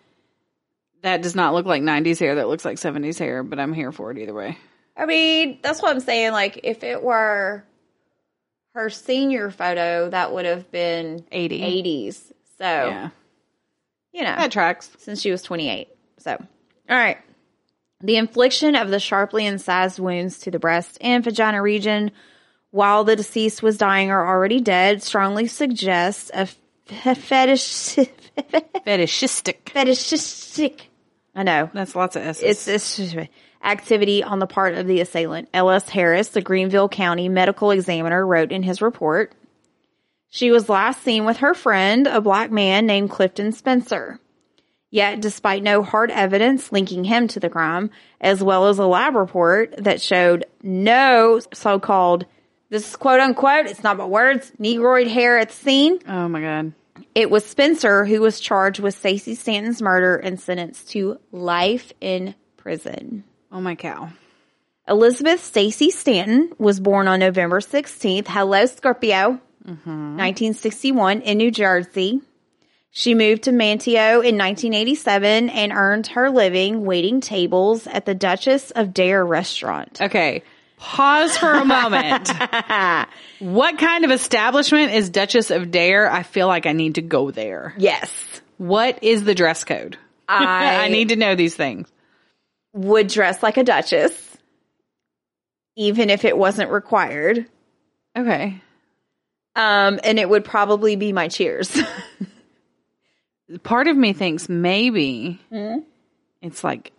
that does not look like '90s hair. That looks like '70s hair, but I'm here for it either way.
I mean, that's what I'm saying. Like, if it were her senior photo, that would have been
80.
80s. So,
Mm-hmm. Yeah,
you know,
that tracks.
since she was 28. So, all right. The infliction of the sharply incised wounds to the breast and vagina region while the deceased was dying or already dead strongly suggests a f- fetish,
Fetishistic.
fetishistic. I know
That's lots of S's.
it's, it's activity on the part of the assailant. L.S. Harris, the Greenville County medical examiner, wrote in his report She was last seen with her friend, a black man named Clifton Spencer. Yet, despite no hard evidence linking him to the crime, as well as a lab report that showed no so called, this is quote unquote, it's not but words, negroid hair at the scene,
oh my god.
it was Spencer who was charged with Stacy Stanton's murder and sentenced to life in prison.
Oh my cow.
Elizabeth Stacy Stanton was born on November 16th, hello Scorpio, Mm-hmm. 1961 in New Jersey. She moved to Manteo in 1987 and earned her living waiting tables at the Duchess of Dare restaurant.
Okay. Pause for a moment. what kind of establishment is Duchess of Dare? I feel like I need to go there.
Yes.
What is the dress code?
I,
I need to know these things.
would dress like a duchess even if it wasn't required.
Okay.
Um, and it would probably be my cheers.
part of me thinks maybe it's like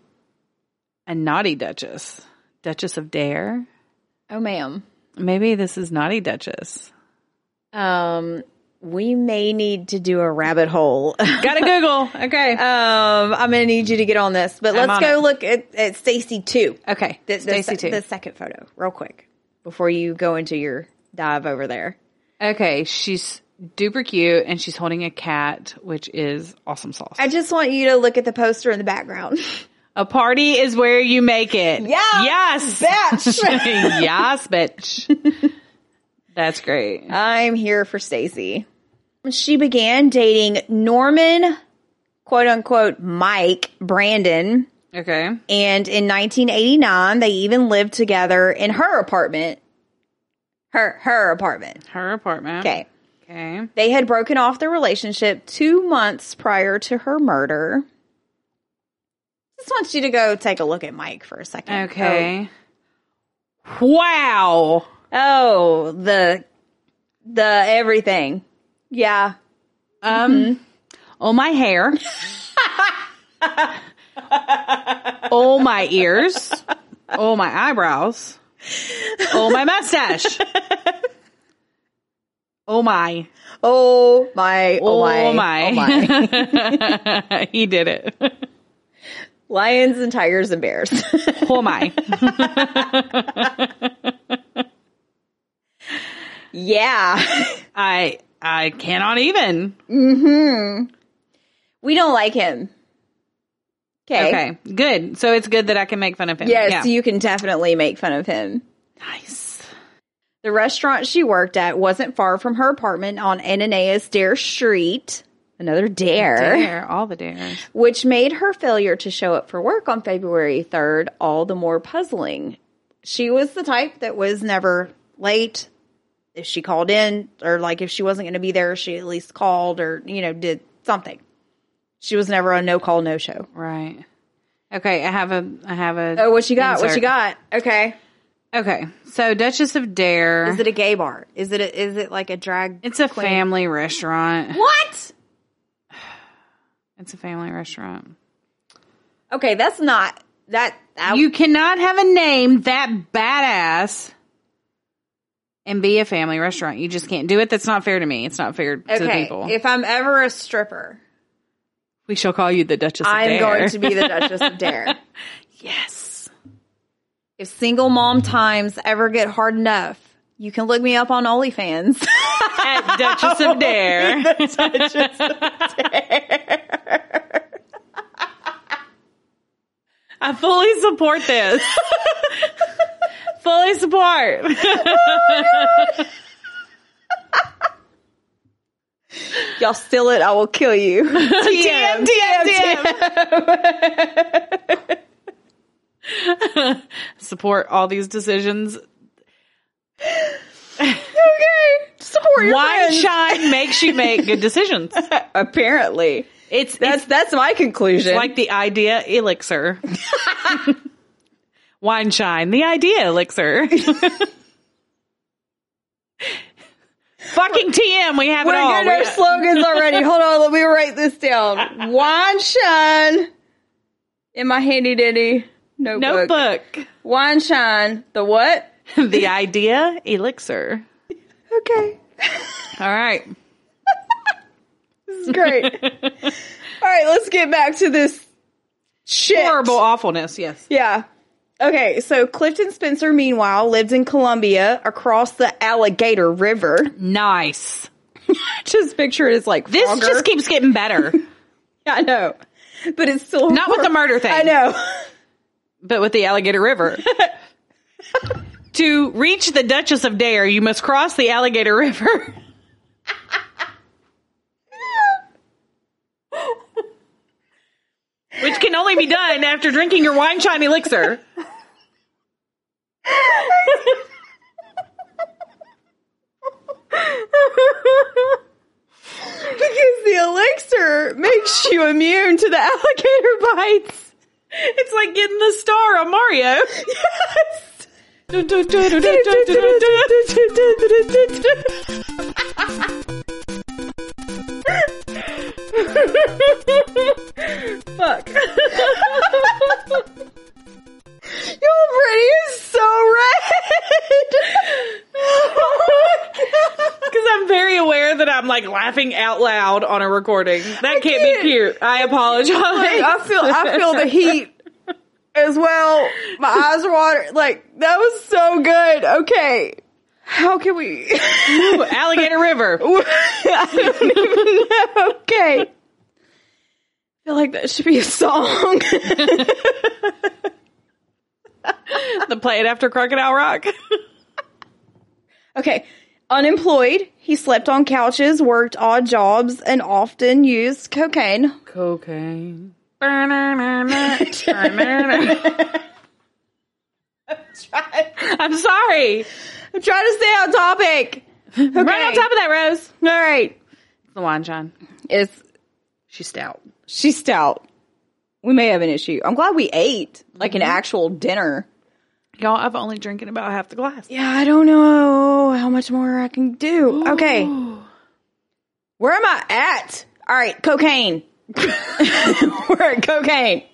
a naughty duchess, Duchess of Dare.
oh, ma'am.
Maybe this is naughty duchess.
Um, we may need to do a rabbit hole. um,
Gotta Google. Okay.
I'm gonna need you to get on this, but
I'm
let's
on
go
it.
look at, at Stacy two.
okay.
The, the
Stacy
se-
too.
The second photo, real quick, before you go into your dive over there.
okay. She's duper cute and she's holding a cat, which is awesome sauce.
I just want you to look at the poster in the background.
a party is where you make it.
Yeah,
Yes.
Bitch,
yes, bitch. That's great.
I'm here for Stacy. She began dating Norman, quote unquote, Mike Brandon
Okay.
And in 1989, they even lived together in her apartment. Her her apartment.
Her apartment.
Okay.
Okay.
They had broken off their relationship 2 months prior to her murder. Just want you to go take a look at Mike for a second.
Okay. Wow.
Oh, the the everything. Yeah.
Um. Oh my hair. oh my ears. Oh my eyebrows. Oh my mustache. Oh my.
Oh my. Oh, my.
my.
Oh my.
he did it.
Lions and tigers and bears.
Oh my.
yeah.
I I cannot even.
We don't like him. Okay.
Okay. Good. So it's good that I can make fun of him.
Yes,
Yeah.
you can definitely make fun of him.
nice.
The restaurant she worked at wasn't far from her apartment on Ananias Dare Street, another dare,
Dare. All the dares.
which made her failure to show up for work on February 3rd all the more puzzling. She was the type that was never late. If she called in, or like if she wasn't going to be there, she at least called or, you know, did something. She was never a no call, no show.
Right. Okay, I have a I have a
Oh, what you got? What
insert.
you got? Okay.
Okay. So Duchess of Dare.
Is it a gay bar? Is it a, is it like a drag?
it's a family restaurant.
what?
It's a family restaurant.
Okay, that's not that. I,
You cannot have a name that badass and be a family restaurant. You just can't do it. That's not fair to me. It's not fair to the
okay,
people.
if I'm ever a stripper,
we shall call you the Duchess of
I'm
Dare.
going to be the Duchess of Dare.
Yes.
If single mom times ever get hard enough, you can look me up on OnlyFans.
At Duchess of Dare. I fully support this. fully support.
Y'all steal it, I will kill you.
DM, DM, DM. Support all these decisions.
okay, support your
Wine
friends.
shine makes you make good decisions.
Apparently,
It's,
that's that's my conclusion.
it's like the idea elixir. Wine shine, the idea elixir. Fucking TM, we have
we're
it all.
getting
We-
our slogans already. Hold on, let me write this down. Wine shine in my handy dandy notebook.
notebook.
Wine shine the what?
the idea elixir.
Okay,
All right.
this is great. All right, let's get back to this shit.
Horrible awfulness, yes.
Yeah. Okay, so Clifton Spencer, meanwhile, lived in Columbia across the Alligator River.
Nice.
Just picture it as like
This
Frogger.
just keeps getting better,
Yeah, I know, but it's still
Not with the murder thing.
I know.
but with the alligator river. to reach the Duchess of Dare, you must cross the alligator river. Which can only be done after drinking your wine shine elixir.
because the elixir makes you immune to the alligator bites.
It's like getting the star on Mario.
Fuck. Your brain is so red. oh my god.
Because I'm very aware that I'm like laughing out loud on a recording. That can't,
can't.
be cute. I apologize.
Like, I feel I feel the heat as well. My eyes are watering. Like that was so good. Okay. How can we
Alligator River.
I don't even know. Okay. I feel like that should be a song.
The play it after Crocodile Rock.
okay. Unemployed, he slept on couches, worked odd jobs, and often used cocaine.
Cocaine. I'm sorry.
I'm trying to stay on topic.
Right on top of that, Rose.
All right.
It's the wine, John.
It's
She's stout.
she's stout. We may have an issue. I'm glad we ate like
Mm-hmm.
an actual dinner.
Y'all, I've only drinking about half the glass.
Yeah, I don't know how much more I can do. Okay. Where am I at? All right, cocaine. We're at cocaine.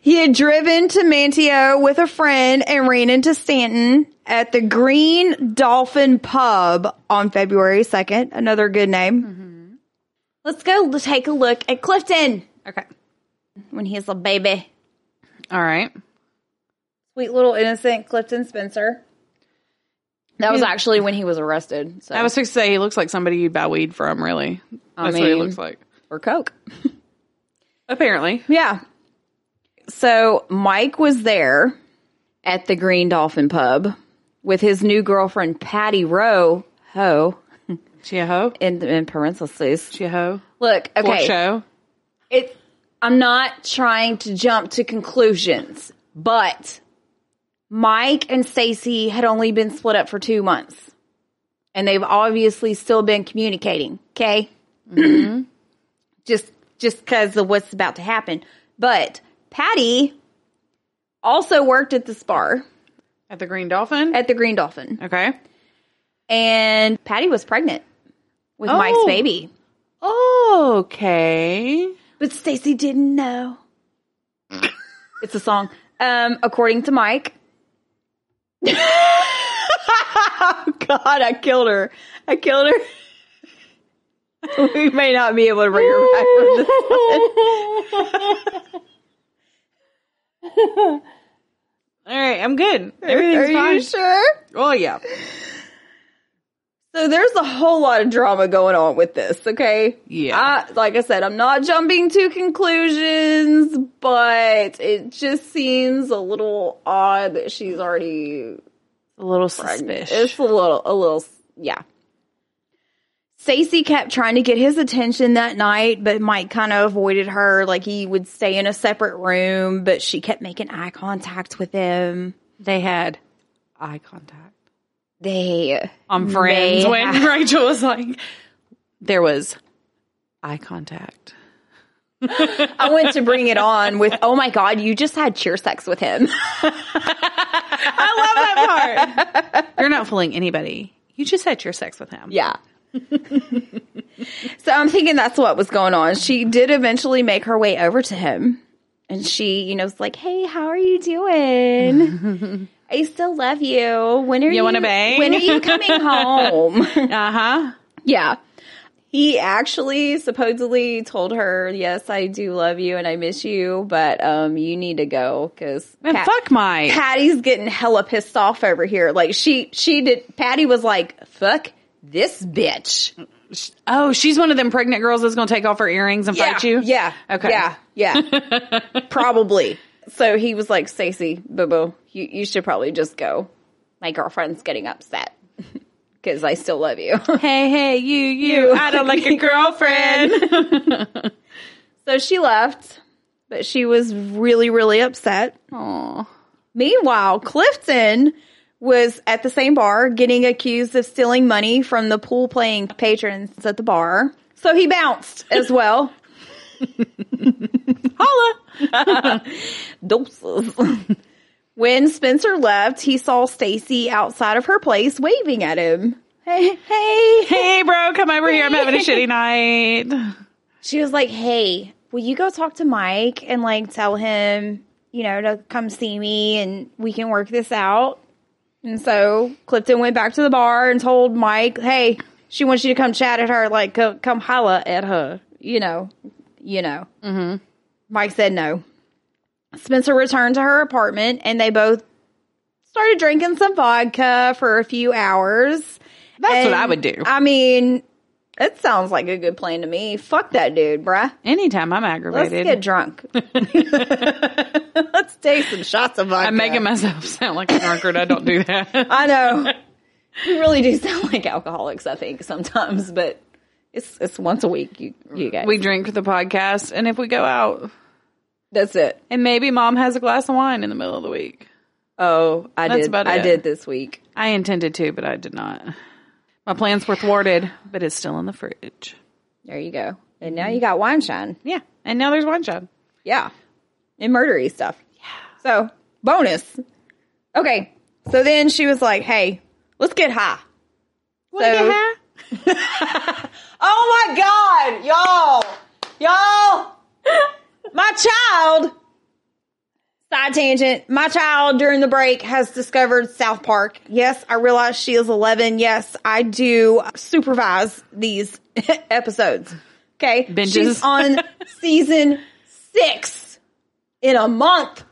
He had driven to Manteo with a friend and ran into Stanton at the Green Dolphin Pub on February 2nd. Another good name.
Mm-hmm. Let's go take a look at Clifton
Okay.
when he's a baby.
All right.
Sweet little innocent Clifton Spencer. That was
Who-
actually when he was arrested. So
I was fixed to say he looks like somebody you'd buy weed from, really. That's what he
mean-
looks like.
for coke.
Apparently.
Yeah.
So Mike was there at the Green Dolphin Pub with his new girlfriend Patty Rowe. Ho
She a hoe?
in in parentheses.
She a hoe?
Look,
Poor
okay,
show.
it. I'm not trying to jump to conclusions, but Mike and Stacy had only been split up for two months, and they've obviously still been communicating. Okay, just just because of what's about to happen. But Patty also worked at this bar
At the Green Dolphin?
at the Green Dolphin,
okay.
and Patty was pregnant with Mike's
Oh.
baby,
Okay.
but Stacy didn't know. it's a song, um, according to Mike.
God, I killed her. I killed her. we may not be able to bring her back from this
All right, I'm good. Everything's
Are
fine.
you sure?
oh yeah.
So there's a whole lot of drama going on with this, okay?
Yeah.
I, like I said, I'm not jumping to conclusions, but it just seems a little odd that she's already
A little
Uh,
pregnant.
suspicious.
It's a little, a little, yeah.
Stacy kept trying to get his attention that night, but Mike kind of avoided her. Like he would stay in a separate room, but she kept making eye contact with him.
They had eye contact.
They
I'm friends
They
when Rachel was like there was eye contact.
I went to bring it on with, oh my God, you just had cheer sex with him.
You're not fooling anybody. You just had your sex with him.
Yeah. so I'm thinking that's what was going on. She did eventually make her way over to him. And she, you know, was like, hey, how are you doing? I still love you. When are you,
wanna bang?
When are you coming home?
Uh-huh.
Yeah. He actually supposedly told her, "Yes, I do love you and I miss you, but um you need to go cuz
Man, fuck my
Patty's getting hella pissed off over here. Like she she did Patty was like, "Fuck this bitch."
Oh, she's one of them pregnant girls that's gonna take off her earrings and fight you?
Yeah.
Okay.
Yeah. Yeah. probably. So he was like, "Stacy, boo boo, you you should probably just go. My girlfriend's getting upset cuz I still love you."
Hey, hey, you, you, I don't like your girlfriend.
So she left, but she was really, really upset.
Aw.
Meanwhile, Clifton was at the same bar getting accused of stealing money from the pool playing patrons at the bar. So he bounced as well.
Holla.
Doses. when Spencer left, he saw Stacy outside of her place waving at him. Hey, hey.
Hey bro, come over here. I'm having a shitty night.
She was like, "Hey, will you go talk to Mike and like tell him, you know, to come see me and we can work this out." And so Clifton went back to the bar and told Mike, "Hey, she wants you to come chat at her, like co- come holla at her, you know, you know." Mm-hmm. Mike said no. Spencer returned to her apartment, and they both started drinking some vodka for a few hours.
That's
And,
what I would do.
I mean, it sounds like a good plan to me. Fuck that dude, bruh.
Anytime I'm
Let's
aggravated,
get drunk. Let's take some shots of vodka.
I'm making myself sound like a drunkard. I don't do that.
I know. We really do sound like alcoholics, I think, sometimes, but it's it's once a week, you, you guys.
we drink for the podcast, and if we go out,
That's it.
And maybe mom has a glass of wine in the middle of the week.
Oh, I
That's
did.
about
I
it.
did this week.
I intended to, but I did not. My plans were thwarted, but it's still in the fridge.
There you go. And now you got wine shine.
Yeah. And now there's wine shop.
Yeah. And murdery stuff. Yeah. So, bonus. Okay. So then she was like, hey, let's get high.
Wanna get
So-
high?
Oh my God, y'all. Y'all. My child. Side tangent. My child during the break has discovered South Park. Yes, I realize she is 11. Yes, I do supervise these episodes. Okay.
Binges.
She's on season six in a month.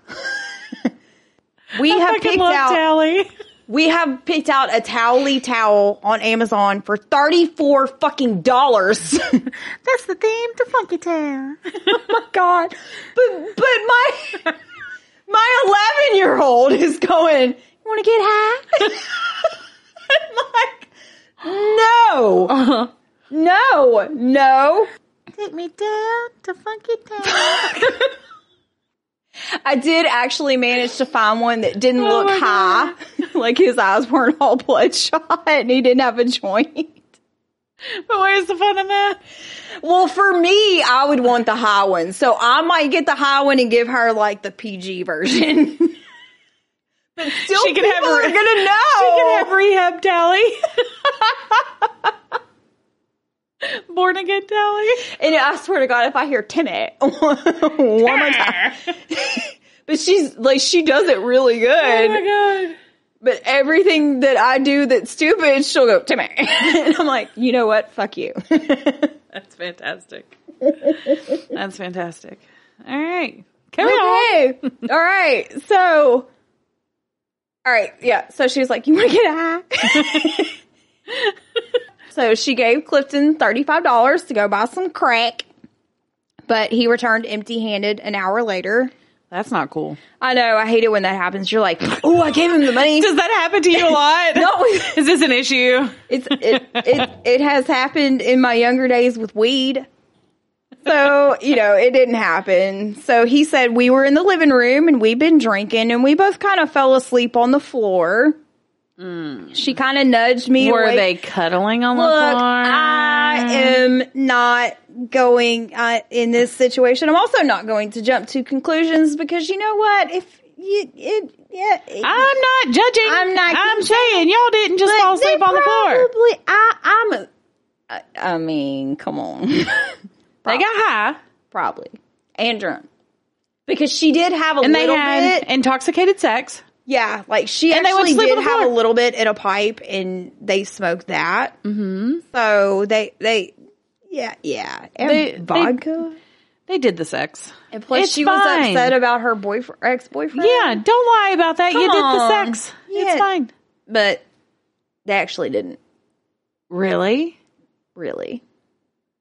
we
Oh I
have
fucking
picked
love
out.
Tally.
We have picked out a towely towel on Amazon for thirty-four fucking dollars.
That's the theme to Funky Town.
God, but but my my eleven-year-old is going. You want to get high? I'm like, no, no, no.
Take me down to Funky Town.
I did actually manage to find one that didn't
Oh
look
my
high, like his eyes weren't all bloodshot, and he didn't have a joint.
but where's the fun in that?
Well, for me, I would want the high one. So I might get the high one and give her like the PG version. but still,
She can
people
have
are
her-
gonna know.
We can have rehab Tally. Born again Oh Tally.
and I swear to God, if I hear Timmy one more time, but she's like she does it really good.
Oh my
but everything that I do that's stupid, she'll go Timmy, and I'm like, you know what? Fuck you.
god. That's fantastic. That's fantastic. All right. Carry on.
Okay. all right. So, all right. Yeah. So she was like, You want to get high? so she gave Clifton $35 to go buy some crack, but he returned empty handed an hour later.
That's not cool.
I know. I hate it when that happens. You're like, Oh, I gave him the money.
Does that happen to you a lot?
No,
Is this an issue?
it's, it, it, it has happened in my younger days with weed. So, you know, it didn't happen. So he said, We were in the living room and we'd been drinking and we both kind of fell asleep on the floor. She kind of nudged me.
Mm. Were
awake.
they cuddling on
Look,
the floor?
I am not going uh, in this situation. I'm also not going to jump to conclusions because you know what? If you, it, yeah, it-
I'm not judging.
I'm not
I'm saying y'all didn't just
but
fall
they
asleep on the floor.
probably- I, I'm a, I, I mean, come on.
They got high
probably and drunk because she did have a
and they
little
had
bit.
intoxicated sex.
Yeah, like she
And they would
actually
sleep
did
on the
have a
floor.
little bit in a pipe, and they smoked that. Mm-hmm. So they they yeah yeah and
They- they-
vodka.
They did the sex.
and plus,
it's
she was
fine.
upset about her boyfriend ex boyfriend.
Yeah, don't lie about that. you
Uh, Come
did the
on.
sex.
Yeah.
It's fine.
but they actually didn't
Really?
really.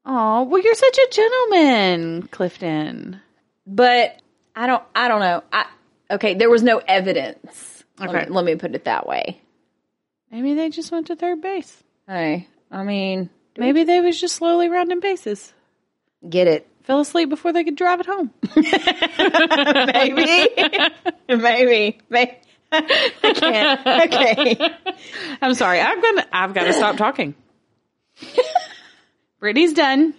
Oh, well, you're such a gentleman, Clifton.
But I don't I don't know. I okay, there was no evidence. Let me-
Okay.
let me put it that way.
Maybe they just went to third base.
Hey, I mean,
Maybe they was just slowly rounding bases.
get it.
Fell asleep before they could drive it home.
maybe, maybe, maybe. I can't. Okay.
I'm sorry. I'm gonna. I've got to stop talking. Brittany's done.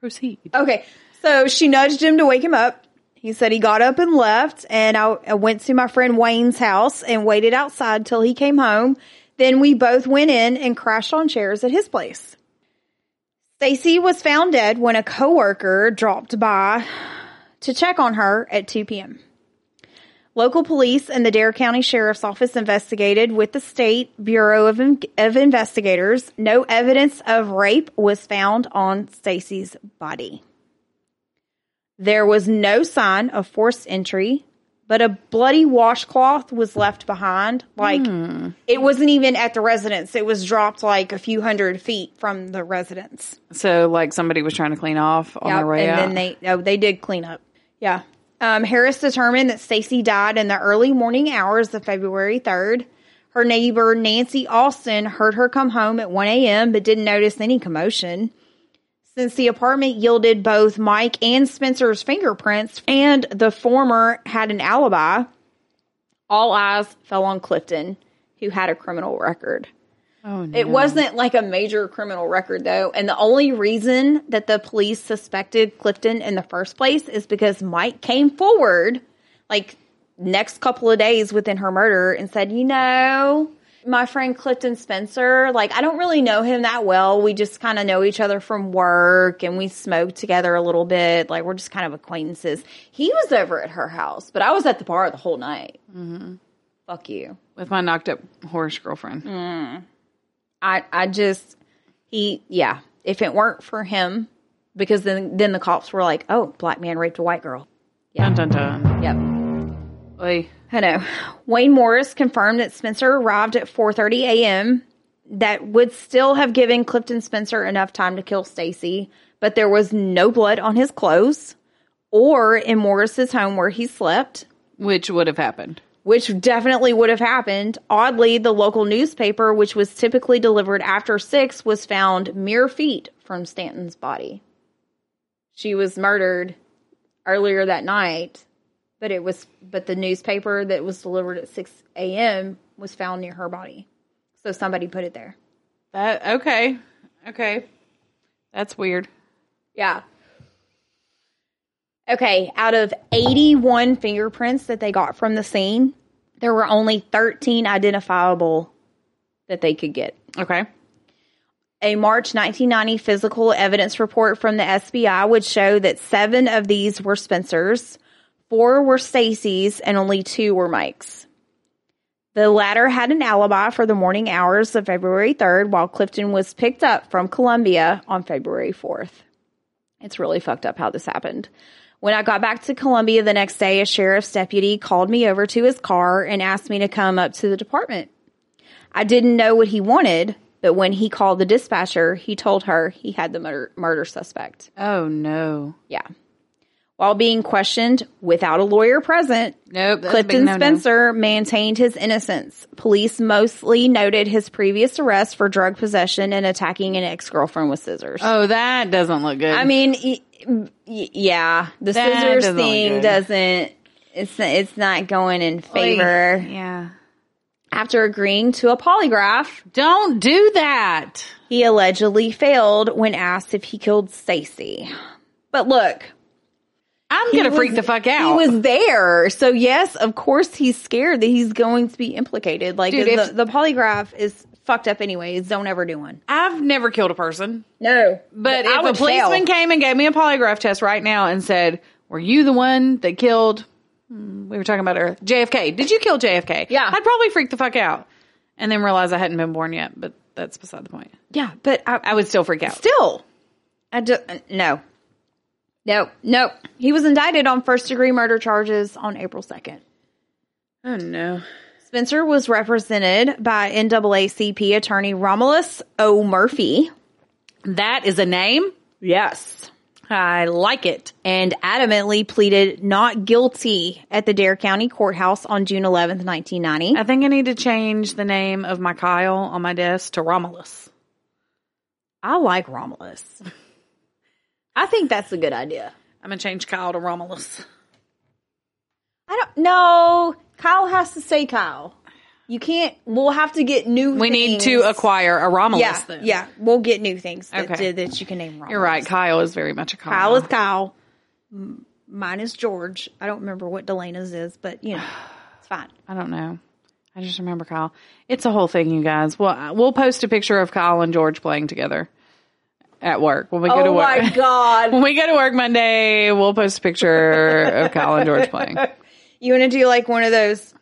Proceed.
Okay. So she nudged him to wake him up. He said he got up and left, and I, I went to my friend Wayne's house and waited outside till he came home. Then we both went in and crashed on chairs at his place. Stacy was found dead when a coworker dropped by to check on her at 2 p.m. Local police and the Dare County Sheriff's Office investigated with the State Bureau of, In- of Investigators. No evidence of rape was found on Stacy's body. There was no sign of forced entry, but a bloody washcloth was left behind. Like, it wasn't even at the residence, it was dropped like a few hundred feet from the residence.
So, like somebody was trying to clean off on
Yep,
their way
and
out.
then they oh they did clean up. Yeah. Um, Harris determined that Stacy died in the early morning hours of February third. Her neighbor Nancy Austin heard her come home at one a.m. but didn't notice any commotion. since the apartment yielded both Mike and Spencer's fingerprints and the former had an alibi, all eyes fell on Clifton, who had a criminal record.
Oh, no.
It wasn't like a major criminal record though, and the only reason that the police suspected Clifton in the first place is because Mike came forward like next couple of days within her murder and said, "You know, my friend Clifton Spencer, like I don't really know him that well. We just kind of know each other from work and we smoked together a little bit. Like we're just kind of acquaintances. He was over at her house, but I was at the bar the whole night." Fuck you.
with my knocked up horse girlfriend.
Mm. I I just he yeah. If it weren't for him, because then then the cops were like, oh, black man raped a white girl.
Dun dun dun.
Yep.
Oy.
I know. Wayne Morris confirmed that Spencer arrived at 4:30 a.m. That would still have given Clifton Spencer enough time to kill Stacy, but there was no blood on his clothes or in Morris's home where he slept,
Which would have happened.
which definitely would have happened. Oddly, the local newspaper, which was typically delivered after 6, was found mere feet from Stanton's body. She was murdered earlier that night, but it was but the newspaper that was delivered at 6 a.m. was found near her body. So somebody put it there.
That okay. Okay. That's weird.
Yeah. Okay, out of 81 fingerprints that they got from the scene, there were only 13 identifiable that they could get.
Okay.
A March 1990 physical evidence report from the SBI would show that seven of these were Spencer's, four were Stacy's, and only two were Mike's. The latter had an alibi for the morning hours of February 3rd, while Clifton was picked up from Columbia on February 4th. It's really fucked up how this happened. When I got back to Columbia the next day, a sheriff's deputy called me over to his car and asked me to come up to the department. I didn't know what he wanted, but when he called the dispatcher, he told her he had the murder, murder suspect.
Oh no.
Yeah. While being questioned without a lawyer present,
Nope. that's a big
Clifton
no-no.
Spencer maintained his innocence. Police mostly noted his previous arrest for drug possession and attacking an ex girlfriend with scissors.
Oh, that doesn't look good.
I mean, y- y- yeah, the
That
scissors
doesn't look
thing
good.
doesn't. It's it's not going in favor.
Yeah.
After agreeing to a polygraph,
Don't do that.
He allegedly failed when asked if he killed Stacy. But look,
I'm
he
gonna freak
was-
the fuck out.
He was there. So yes, of course he's scared that he's going to be implicated. Like
Dude,
the,
if-
the polygraph is fucked up anyways. Don't ever do one.
I've never killed a person.
No.
But
I
if a
would fail.
policeman came and gave me a polygraph test right now and said, "Were you the one that killed?" hmm, We were talking about Earth. JFK. Did you kill JFK?
Yeah.
I'd probably freak the fuck out, and then realize I hadn't been born yet. But that's beside the point.
Yeah, but I,
I would still freak out.
still i just no no no he was indicted on first degree murder charges on april 2nd
Oh no.
spencer was represented by naacp attorney romulus o murphy
That is a name.
yes
I like it.
and adamantly pleaded not guilty at the dare county courthouse on june 11th 1990
I think I need to change the name of my Kyle on my desk to Romulus.
i like romulus i think that's a good idea
I'm gonna change Kyle to Romulus.
i don't know kyle has to say kyle you can't we'll have to get new
We need to acquire a Romulus.
Yeah,
then.
yeah. We'll get new things that,
Okay.
that you can name wrong.
You're right. Kyle is very much a Kyle.
Kyle is Kyle. M- Mine is George. I don't remember what Delana's is, but you know, it's fine.
I don't know. I just remember Kyle. It's a whole thing, you guys. We'll we'll post a picture of Kyle and George playing together at work when we go to work.
Oh god!
When we go to work Monday, we'll post a picture of Kyle and George playing.
You want to do like one of those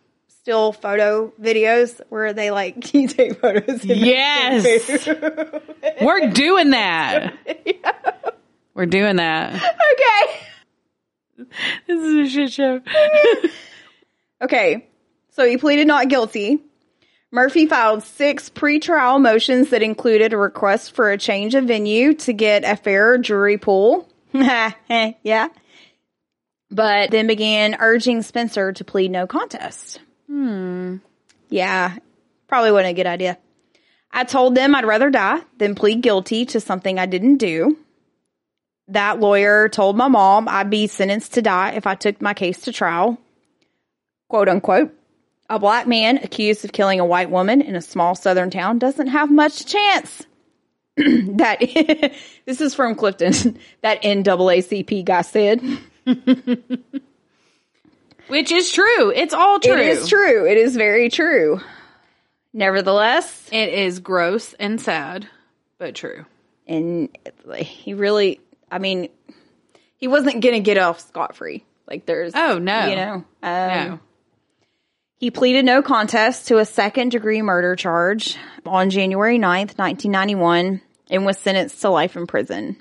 still photo videos where they like you take photos? and-
Yes, we're doing that. We're doing that.
Okay.
This is a shit show.
Okay. So he pleaded not guilty. Murphy filed six pretrial motions that included a request for a change of venue to get a fairer jury pool. yeah. But then began urging Spencer to plead no contest. Hmm. Yeah. Probably wasn't a good idea. I told them I'd rather die than plead guilty to something I didn't do. that lawyer told my mom I'd be sentenced to die if I took my case to trial. Quote unquote. A black man accused of killing a white woman in a small southern town doesn't have much chance. that this is from Clifton. That NAACP guy said.
Which is true. It's all true.
It is true. It is very true. Nevertheless,
It is gross and sad, but true.
and he really, I mean, he wasn't going to get off scot free. Like there's,
Oh, no.
you know, um,
No.
He pleaded no contest to a second degree murder charge on January 9th, 1991, and was sentenced to life in prison.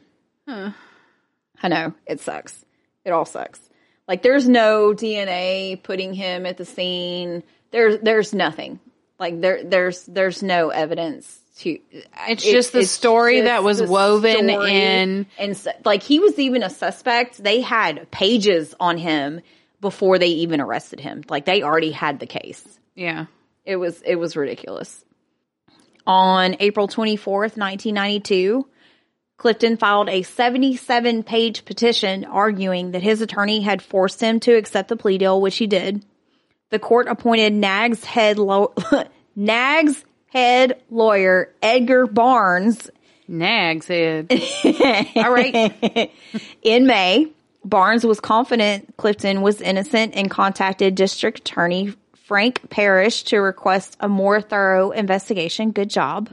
I know. It sucks. It all sucks. Like, there's no DNA putting him at the scene. There's, there's nothing. Like, there, there's, there's no evidence to.
It's just the story that was
the
woven in.
And, so, like, he was even a suspect. They had pages on him before they even arrested him. Like, they already had the case.
Yeah.
It was it was ridiculous. On April 24th, 1992, Clifton filed a 77-page petition arguing that his attorney had forced him to accept the plea deal, which he did. The court appointed Nag's head lo- Nag's head lawyer Edgar Barnes
Nags head. all right.
in May. Barnes was confident Clifton was innocent and contacted District Attorney Frank Parrish to request a more thorough investigation. Good job.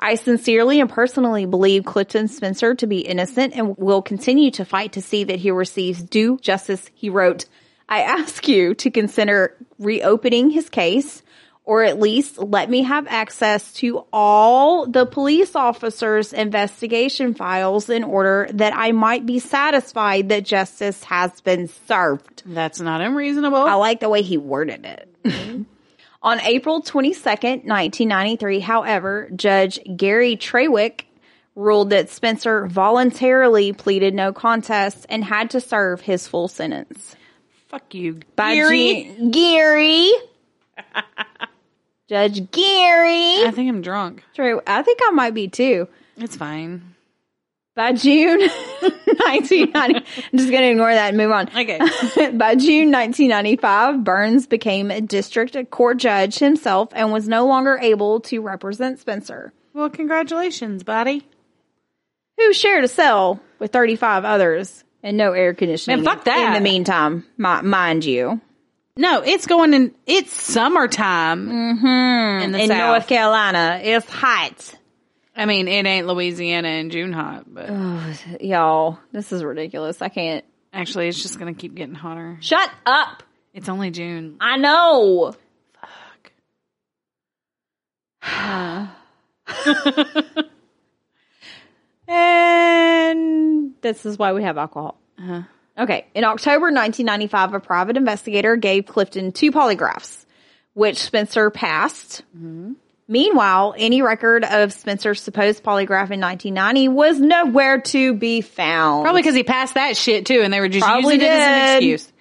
I sincerely and personally believe Clifton Spencer to be innocent and will continue to fight to see that he receives due justice, he wrote. I ask you to consider reopening his case or at least let me have access to all the police officers' investigation files in order that I might be satisfied that justice has been served.
That's not unreasonable.
I like the way he worded it. Mm-hmm. On April 22nd, 1993, however, Judge Gary Trawick ruled that Spencer voluntarily pleaded no contest and had to serve his full sentence.
Fuck you,
By
Gary.
Ju- Gary. Judge Gary.
I think I'm drunk.
True. I think I might be too.
It's fine.
By June 1990, I'm just going to ignore that and move on.
Okay.
By June 1995, Burns became a district court judge himself and was no longer able to represent Spencer,
well, congratulations, buddy.
who shared a cell with 35 others and no air conditioning.
Man, fuck that.
In the meantime, mi- mind you,
No, it's going in. It's summertime mm-hmm. in the
in
south.
North Carolina, it's hot.
I mean, it ain't Louisiana in June hot, but
Y'all, this is ridiculous. I can't.
actually, it's just gonna keep getting hotter.
Shut up.
It's only June.
I know.
Fuck.
And this is why we have alcohol. Okay. In October 1995, a private investigator gave Clifton two polygraphs, which Spencer passed. Meanwhile, any record of Spencer's supposed polygraph in 1990 was nowhere to be found.
Probably because he passed that shit too, and they were just
Probably
using it as an
did.
excuse.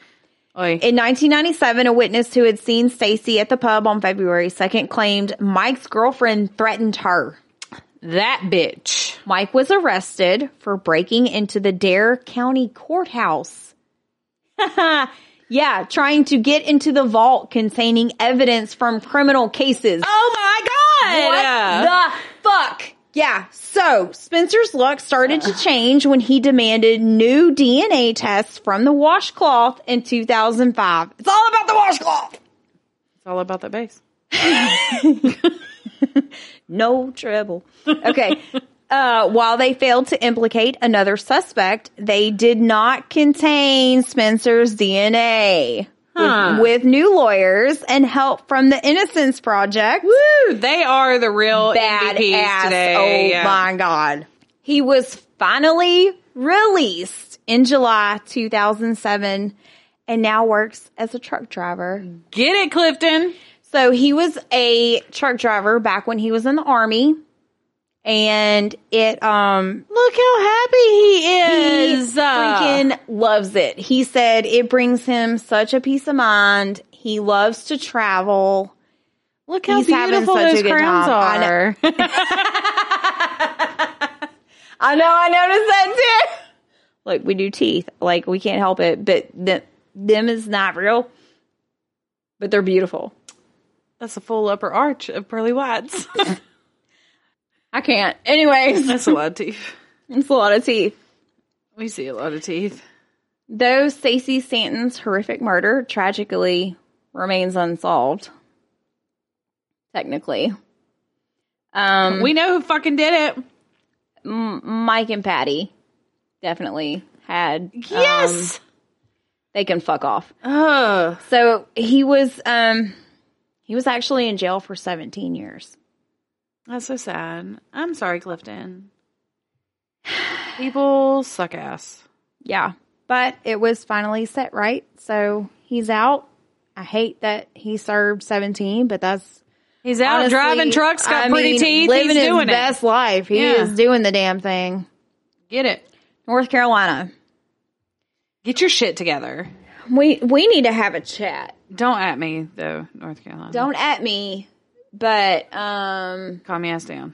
Oi.
In 1997, a witness who had seen Stacy at the pub on February 2nd claimed Mike's girlfriend threatened her.
that bitch.
Mike was arrested for breaking into the Dare County courthouse. yeah, trying to get into the vault containing evidence from criminal cases.
Oh my god!
what the fuck? Yeah, so Spencer's luck started to change when he demanded new DNA tests from the washcloth in 2005. It's all about the washcloth.
It's all about that base.
No trouble. Okay. uh, while they failed to implicate another suspect, they did not contain Spencer's DNA.
Huh.
With, with new lawyers and help from the Innocence Project.
Dude, they are the real
Bad
MVPs
ass.
today.
Oh
Yeah.
my God. He was finally released in July 2007 and now works as a truck driver.
Get it, Clifton.
So he was a truck driver back when he was in the army. And it um
Look how happy he
he
is.
freaking loves it. He said it brings him such a peace of mind. He loves to travel.
Look how
he's having
beautiful
such a
those
good
crowns
time. I know.
are.
I know I noticed that too. Look, we do teeth. Like we can't help it. But th- them is not real. But they're beautiful.
That's a full upper arch of pearly whites.
I can't. Anyways,
That's a lot of teeth.
it's a lot of teeth.
We see a lot of teeth.
Though Stacey Stanton's horrific murder tragically remains unsolved, technically, um,
We know who fucking did it.
M- Mike and Patty definitely had. um,
Yes.
they can fuck off.
Um, Ugh.
So he was, um, he was actually in jail for 17 years.
That's so sad. I'm sorry, Clifton. People suck ass.
Yeah, but it was finally set right, so he's out. I hate that he served 17, but that's
He's out
Honestly,
driving trucks, got
I
pretty
mean,
teeth.
Living
He's
his
doing
best life. He
Yeah.
is doing the damn thing.
it. Get it.
North Carolina.
Get your shit together.
We we need to have a chat.
Don't at me though, North Carolina.
Don't at me, but um,
calm me ass down.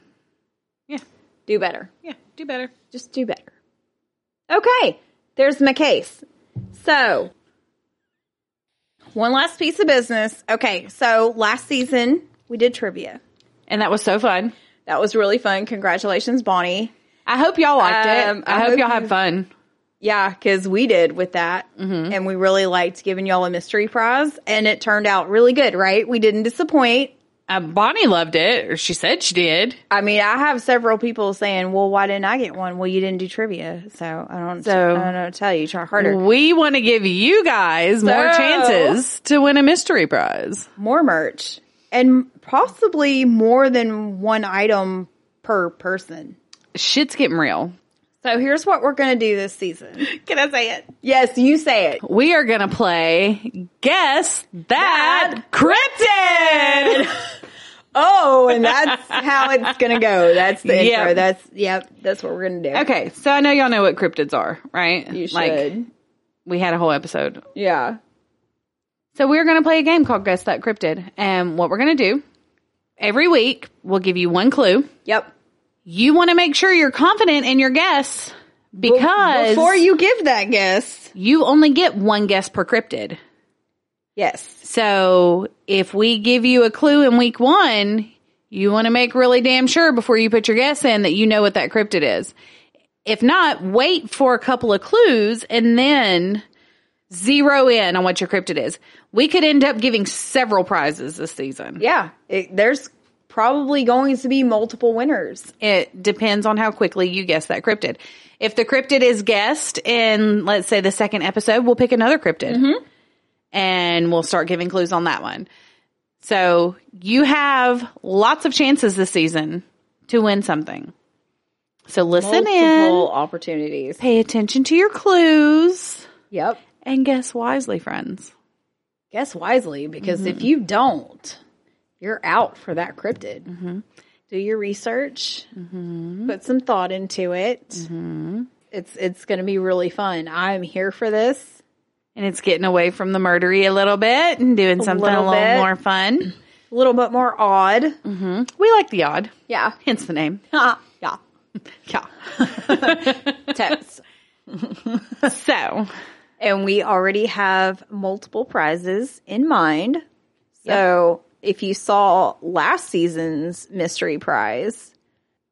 Yeah,
do better.
yeah, do better.
Just do better. Okay, there's my case. So, one last piece of business. Okay, so last season we did trivia.
And that was so fun.
That was really fun. Congratulations, Bonnie.
I hope y'all liked
Um,
it. I,
I
hope,
hope
y'all
you-
had fun.
Yeah, because we did with that. And we really liked giving y'all a mystery prize. And it turned out really good, right? We didn't disappoint.
Uh, Bonnie loved it, or she said she did.
I mean, I have several people saying, well, why didn't I get one? Well, you didn't do trivia. So Mm-hmm. I don't,
So-
I don't know what to tell you. Try harder.
We want to give you guys more
So-
chances to win a mystery prize.
More merch and possibly more than one item per person.
Shit's getting real.
So here's what we're going to do this season. Can I say it? Yes, you say it.
We are gonna play Guess That, Cryptid.
Oh, and that's how it's going to go. That's the
Yep.
intro. That's, yep, that's what we're going to do.
Okay, so I know y'all know what cryptids are, right?
You should.
we had a whole episode.
yeah.
So we're going to play a game called Guess That Cryptid. And what we're going to do every week, we'll give you one clue.
Yep.
You want to make sure you're confident in your guess because
Before you give that guess.
you only get one guess per cryptid.
Yes.
So if we give you a clue in week one, you want to make really damn sure before you put your guess in that you know what that cryptid is. If not, wait for a couple of clues and then zero in on what your cryptid is. We could end up giving several prizes this season.
Yeah. It, there's probably going to be multiple winners.
It depends on how quickly you guess that cryptid. If the cryptid is guessed in, let's say, the second episode, we'll pick another cryptid and we'll start giving clues on that one. So you have lots of chances this season to win something. So listen
Multiple
in,
opportunities.
pay attention to your clues,
Yep.
and guess wisely, friends.
Guess wisely because if you don't, you're out for that cryptid. Do your research. Put some thought into it. Mm-hmm. It's it's going to be really fun. I'm here for this.
And it's getting away from the murdery a little bit and doing something a
little
little,
bit.
more fun.
A little bit more odd.
We like the odd,
Yeah.
hence the name.
yeah.
Yeah.
Text.
So
and we already have multiple prizes in mind. So if you saw last season's mystery prize,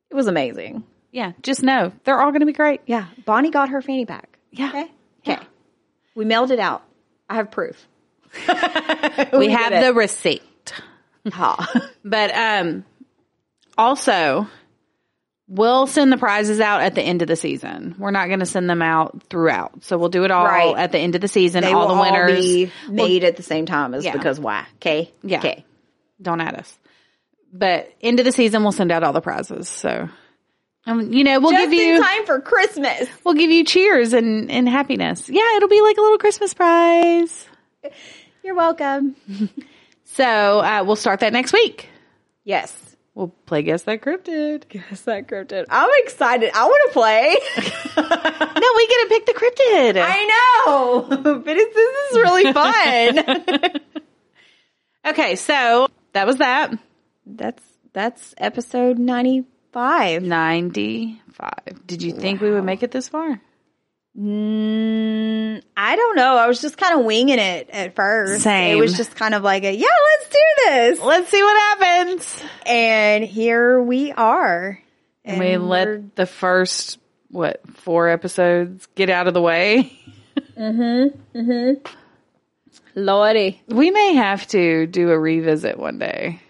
it was amazing.
Yeah, just know they're all going to be great.
Yeah, Bonnie got her fanny pack.
Yeah.
Okay. Okay. We mailed it out. I have proof.
We,
did
have
it.
the receipt.
Ha.
But um also we'll send the prizes out at the end of the season. We're not going to send them out throughout. So we'll do it all
Right.
at the end of the season,
They
all
will
the winners.
be made at the same time as
Yeah.
because why? Okay.
Yeah.
Okay.
Don't add us. But end of the season we'll send out all the prizes. So um, you know, we'll
Just
give you
in time for Christmas.
we'll give you cheers and and happiness. Yeah, it'll be like a little Christmas prize.
You're welcome.
So, uh, we'll start that next week.
Yes.
We'll play guess that cryptid.
Guess that cryptid. I'm excited. I want to play.
no, we get to pick the cryptid.
I know, but it's, this is really fun.
Okay, so that was that.
that's that's episode ninety five.
95. Did you think we would make it this far?
Mm, I don't know. I was just kind of winging it at first.
Same.
It was just kind of like a, yeah, let's do this.
Let's see what happens.
And here we are.
And we
we're-
let the first what four episodes get out of the way.
Lordy.
We may have to do a revisit one day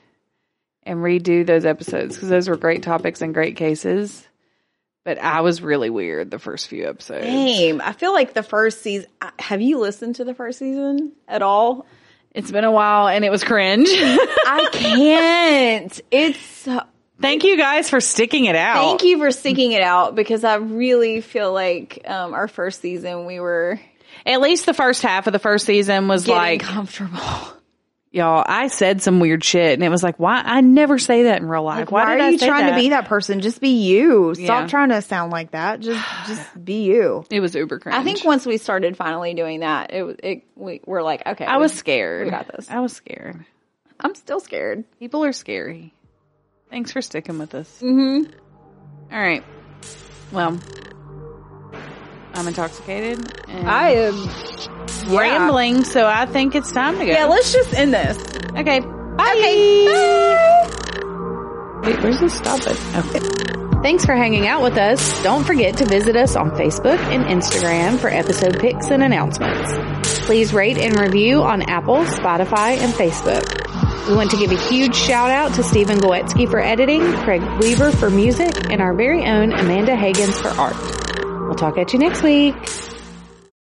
and redo those episodes because those were great topics and great cases. But I was really weird the first few episodes.
Damn. I feel like the first season. Have you listened to the first season at all?
It's been a while and it was cringe.
I can't. It's.
Thank you guys for sticking it out.
Thank you for sticking it out because I really feel like um, our first season we were
At least the first half of the first season was
getting
like,
comfortable.
y'all, I said some weird shit and it was like, why? I never say that in real life.
Why,
did
are
I
you
say
trying
that?
to be that person? Just be you. Stop
Yeah.
trying to sound like that. Just just be you.
It was uber cringe.
I think once we started finally doing that, it was- it we were like, okay,
I was scared.
we got this.
I was scared.
I'm still scared.
People are scary. Thanks for sticking with us.
Mm-hmm.
All right. Well, I'm intoxicated and
I am. yeah.
rambling, so I think it's time to go.
Yeah, let's just end this.
okay. Bye.
Okay,
Wait, where's the stop it? Thanks for hanging out with us. Don't forget to visit us on Facebook and Instagram for episode picks and announcements. Please rate and review on Apple, Spotify, and Facebook. We want to give a huge shout out to Stephen Goetsky for editing, Craig Weaver for music, and our very own Amanda Higgins for art. We'll talk at you next week.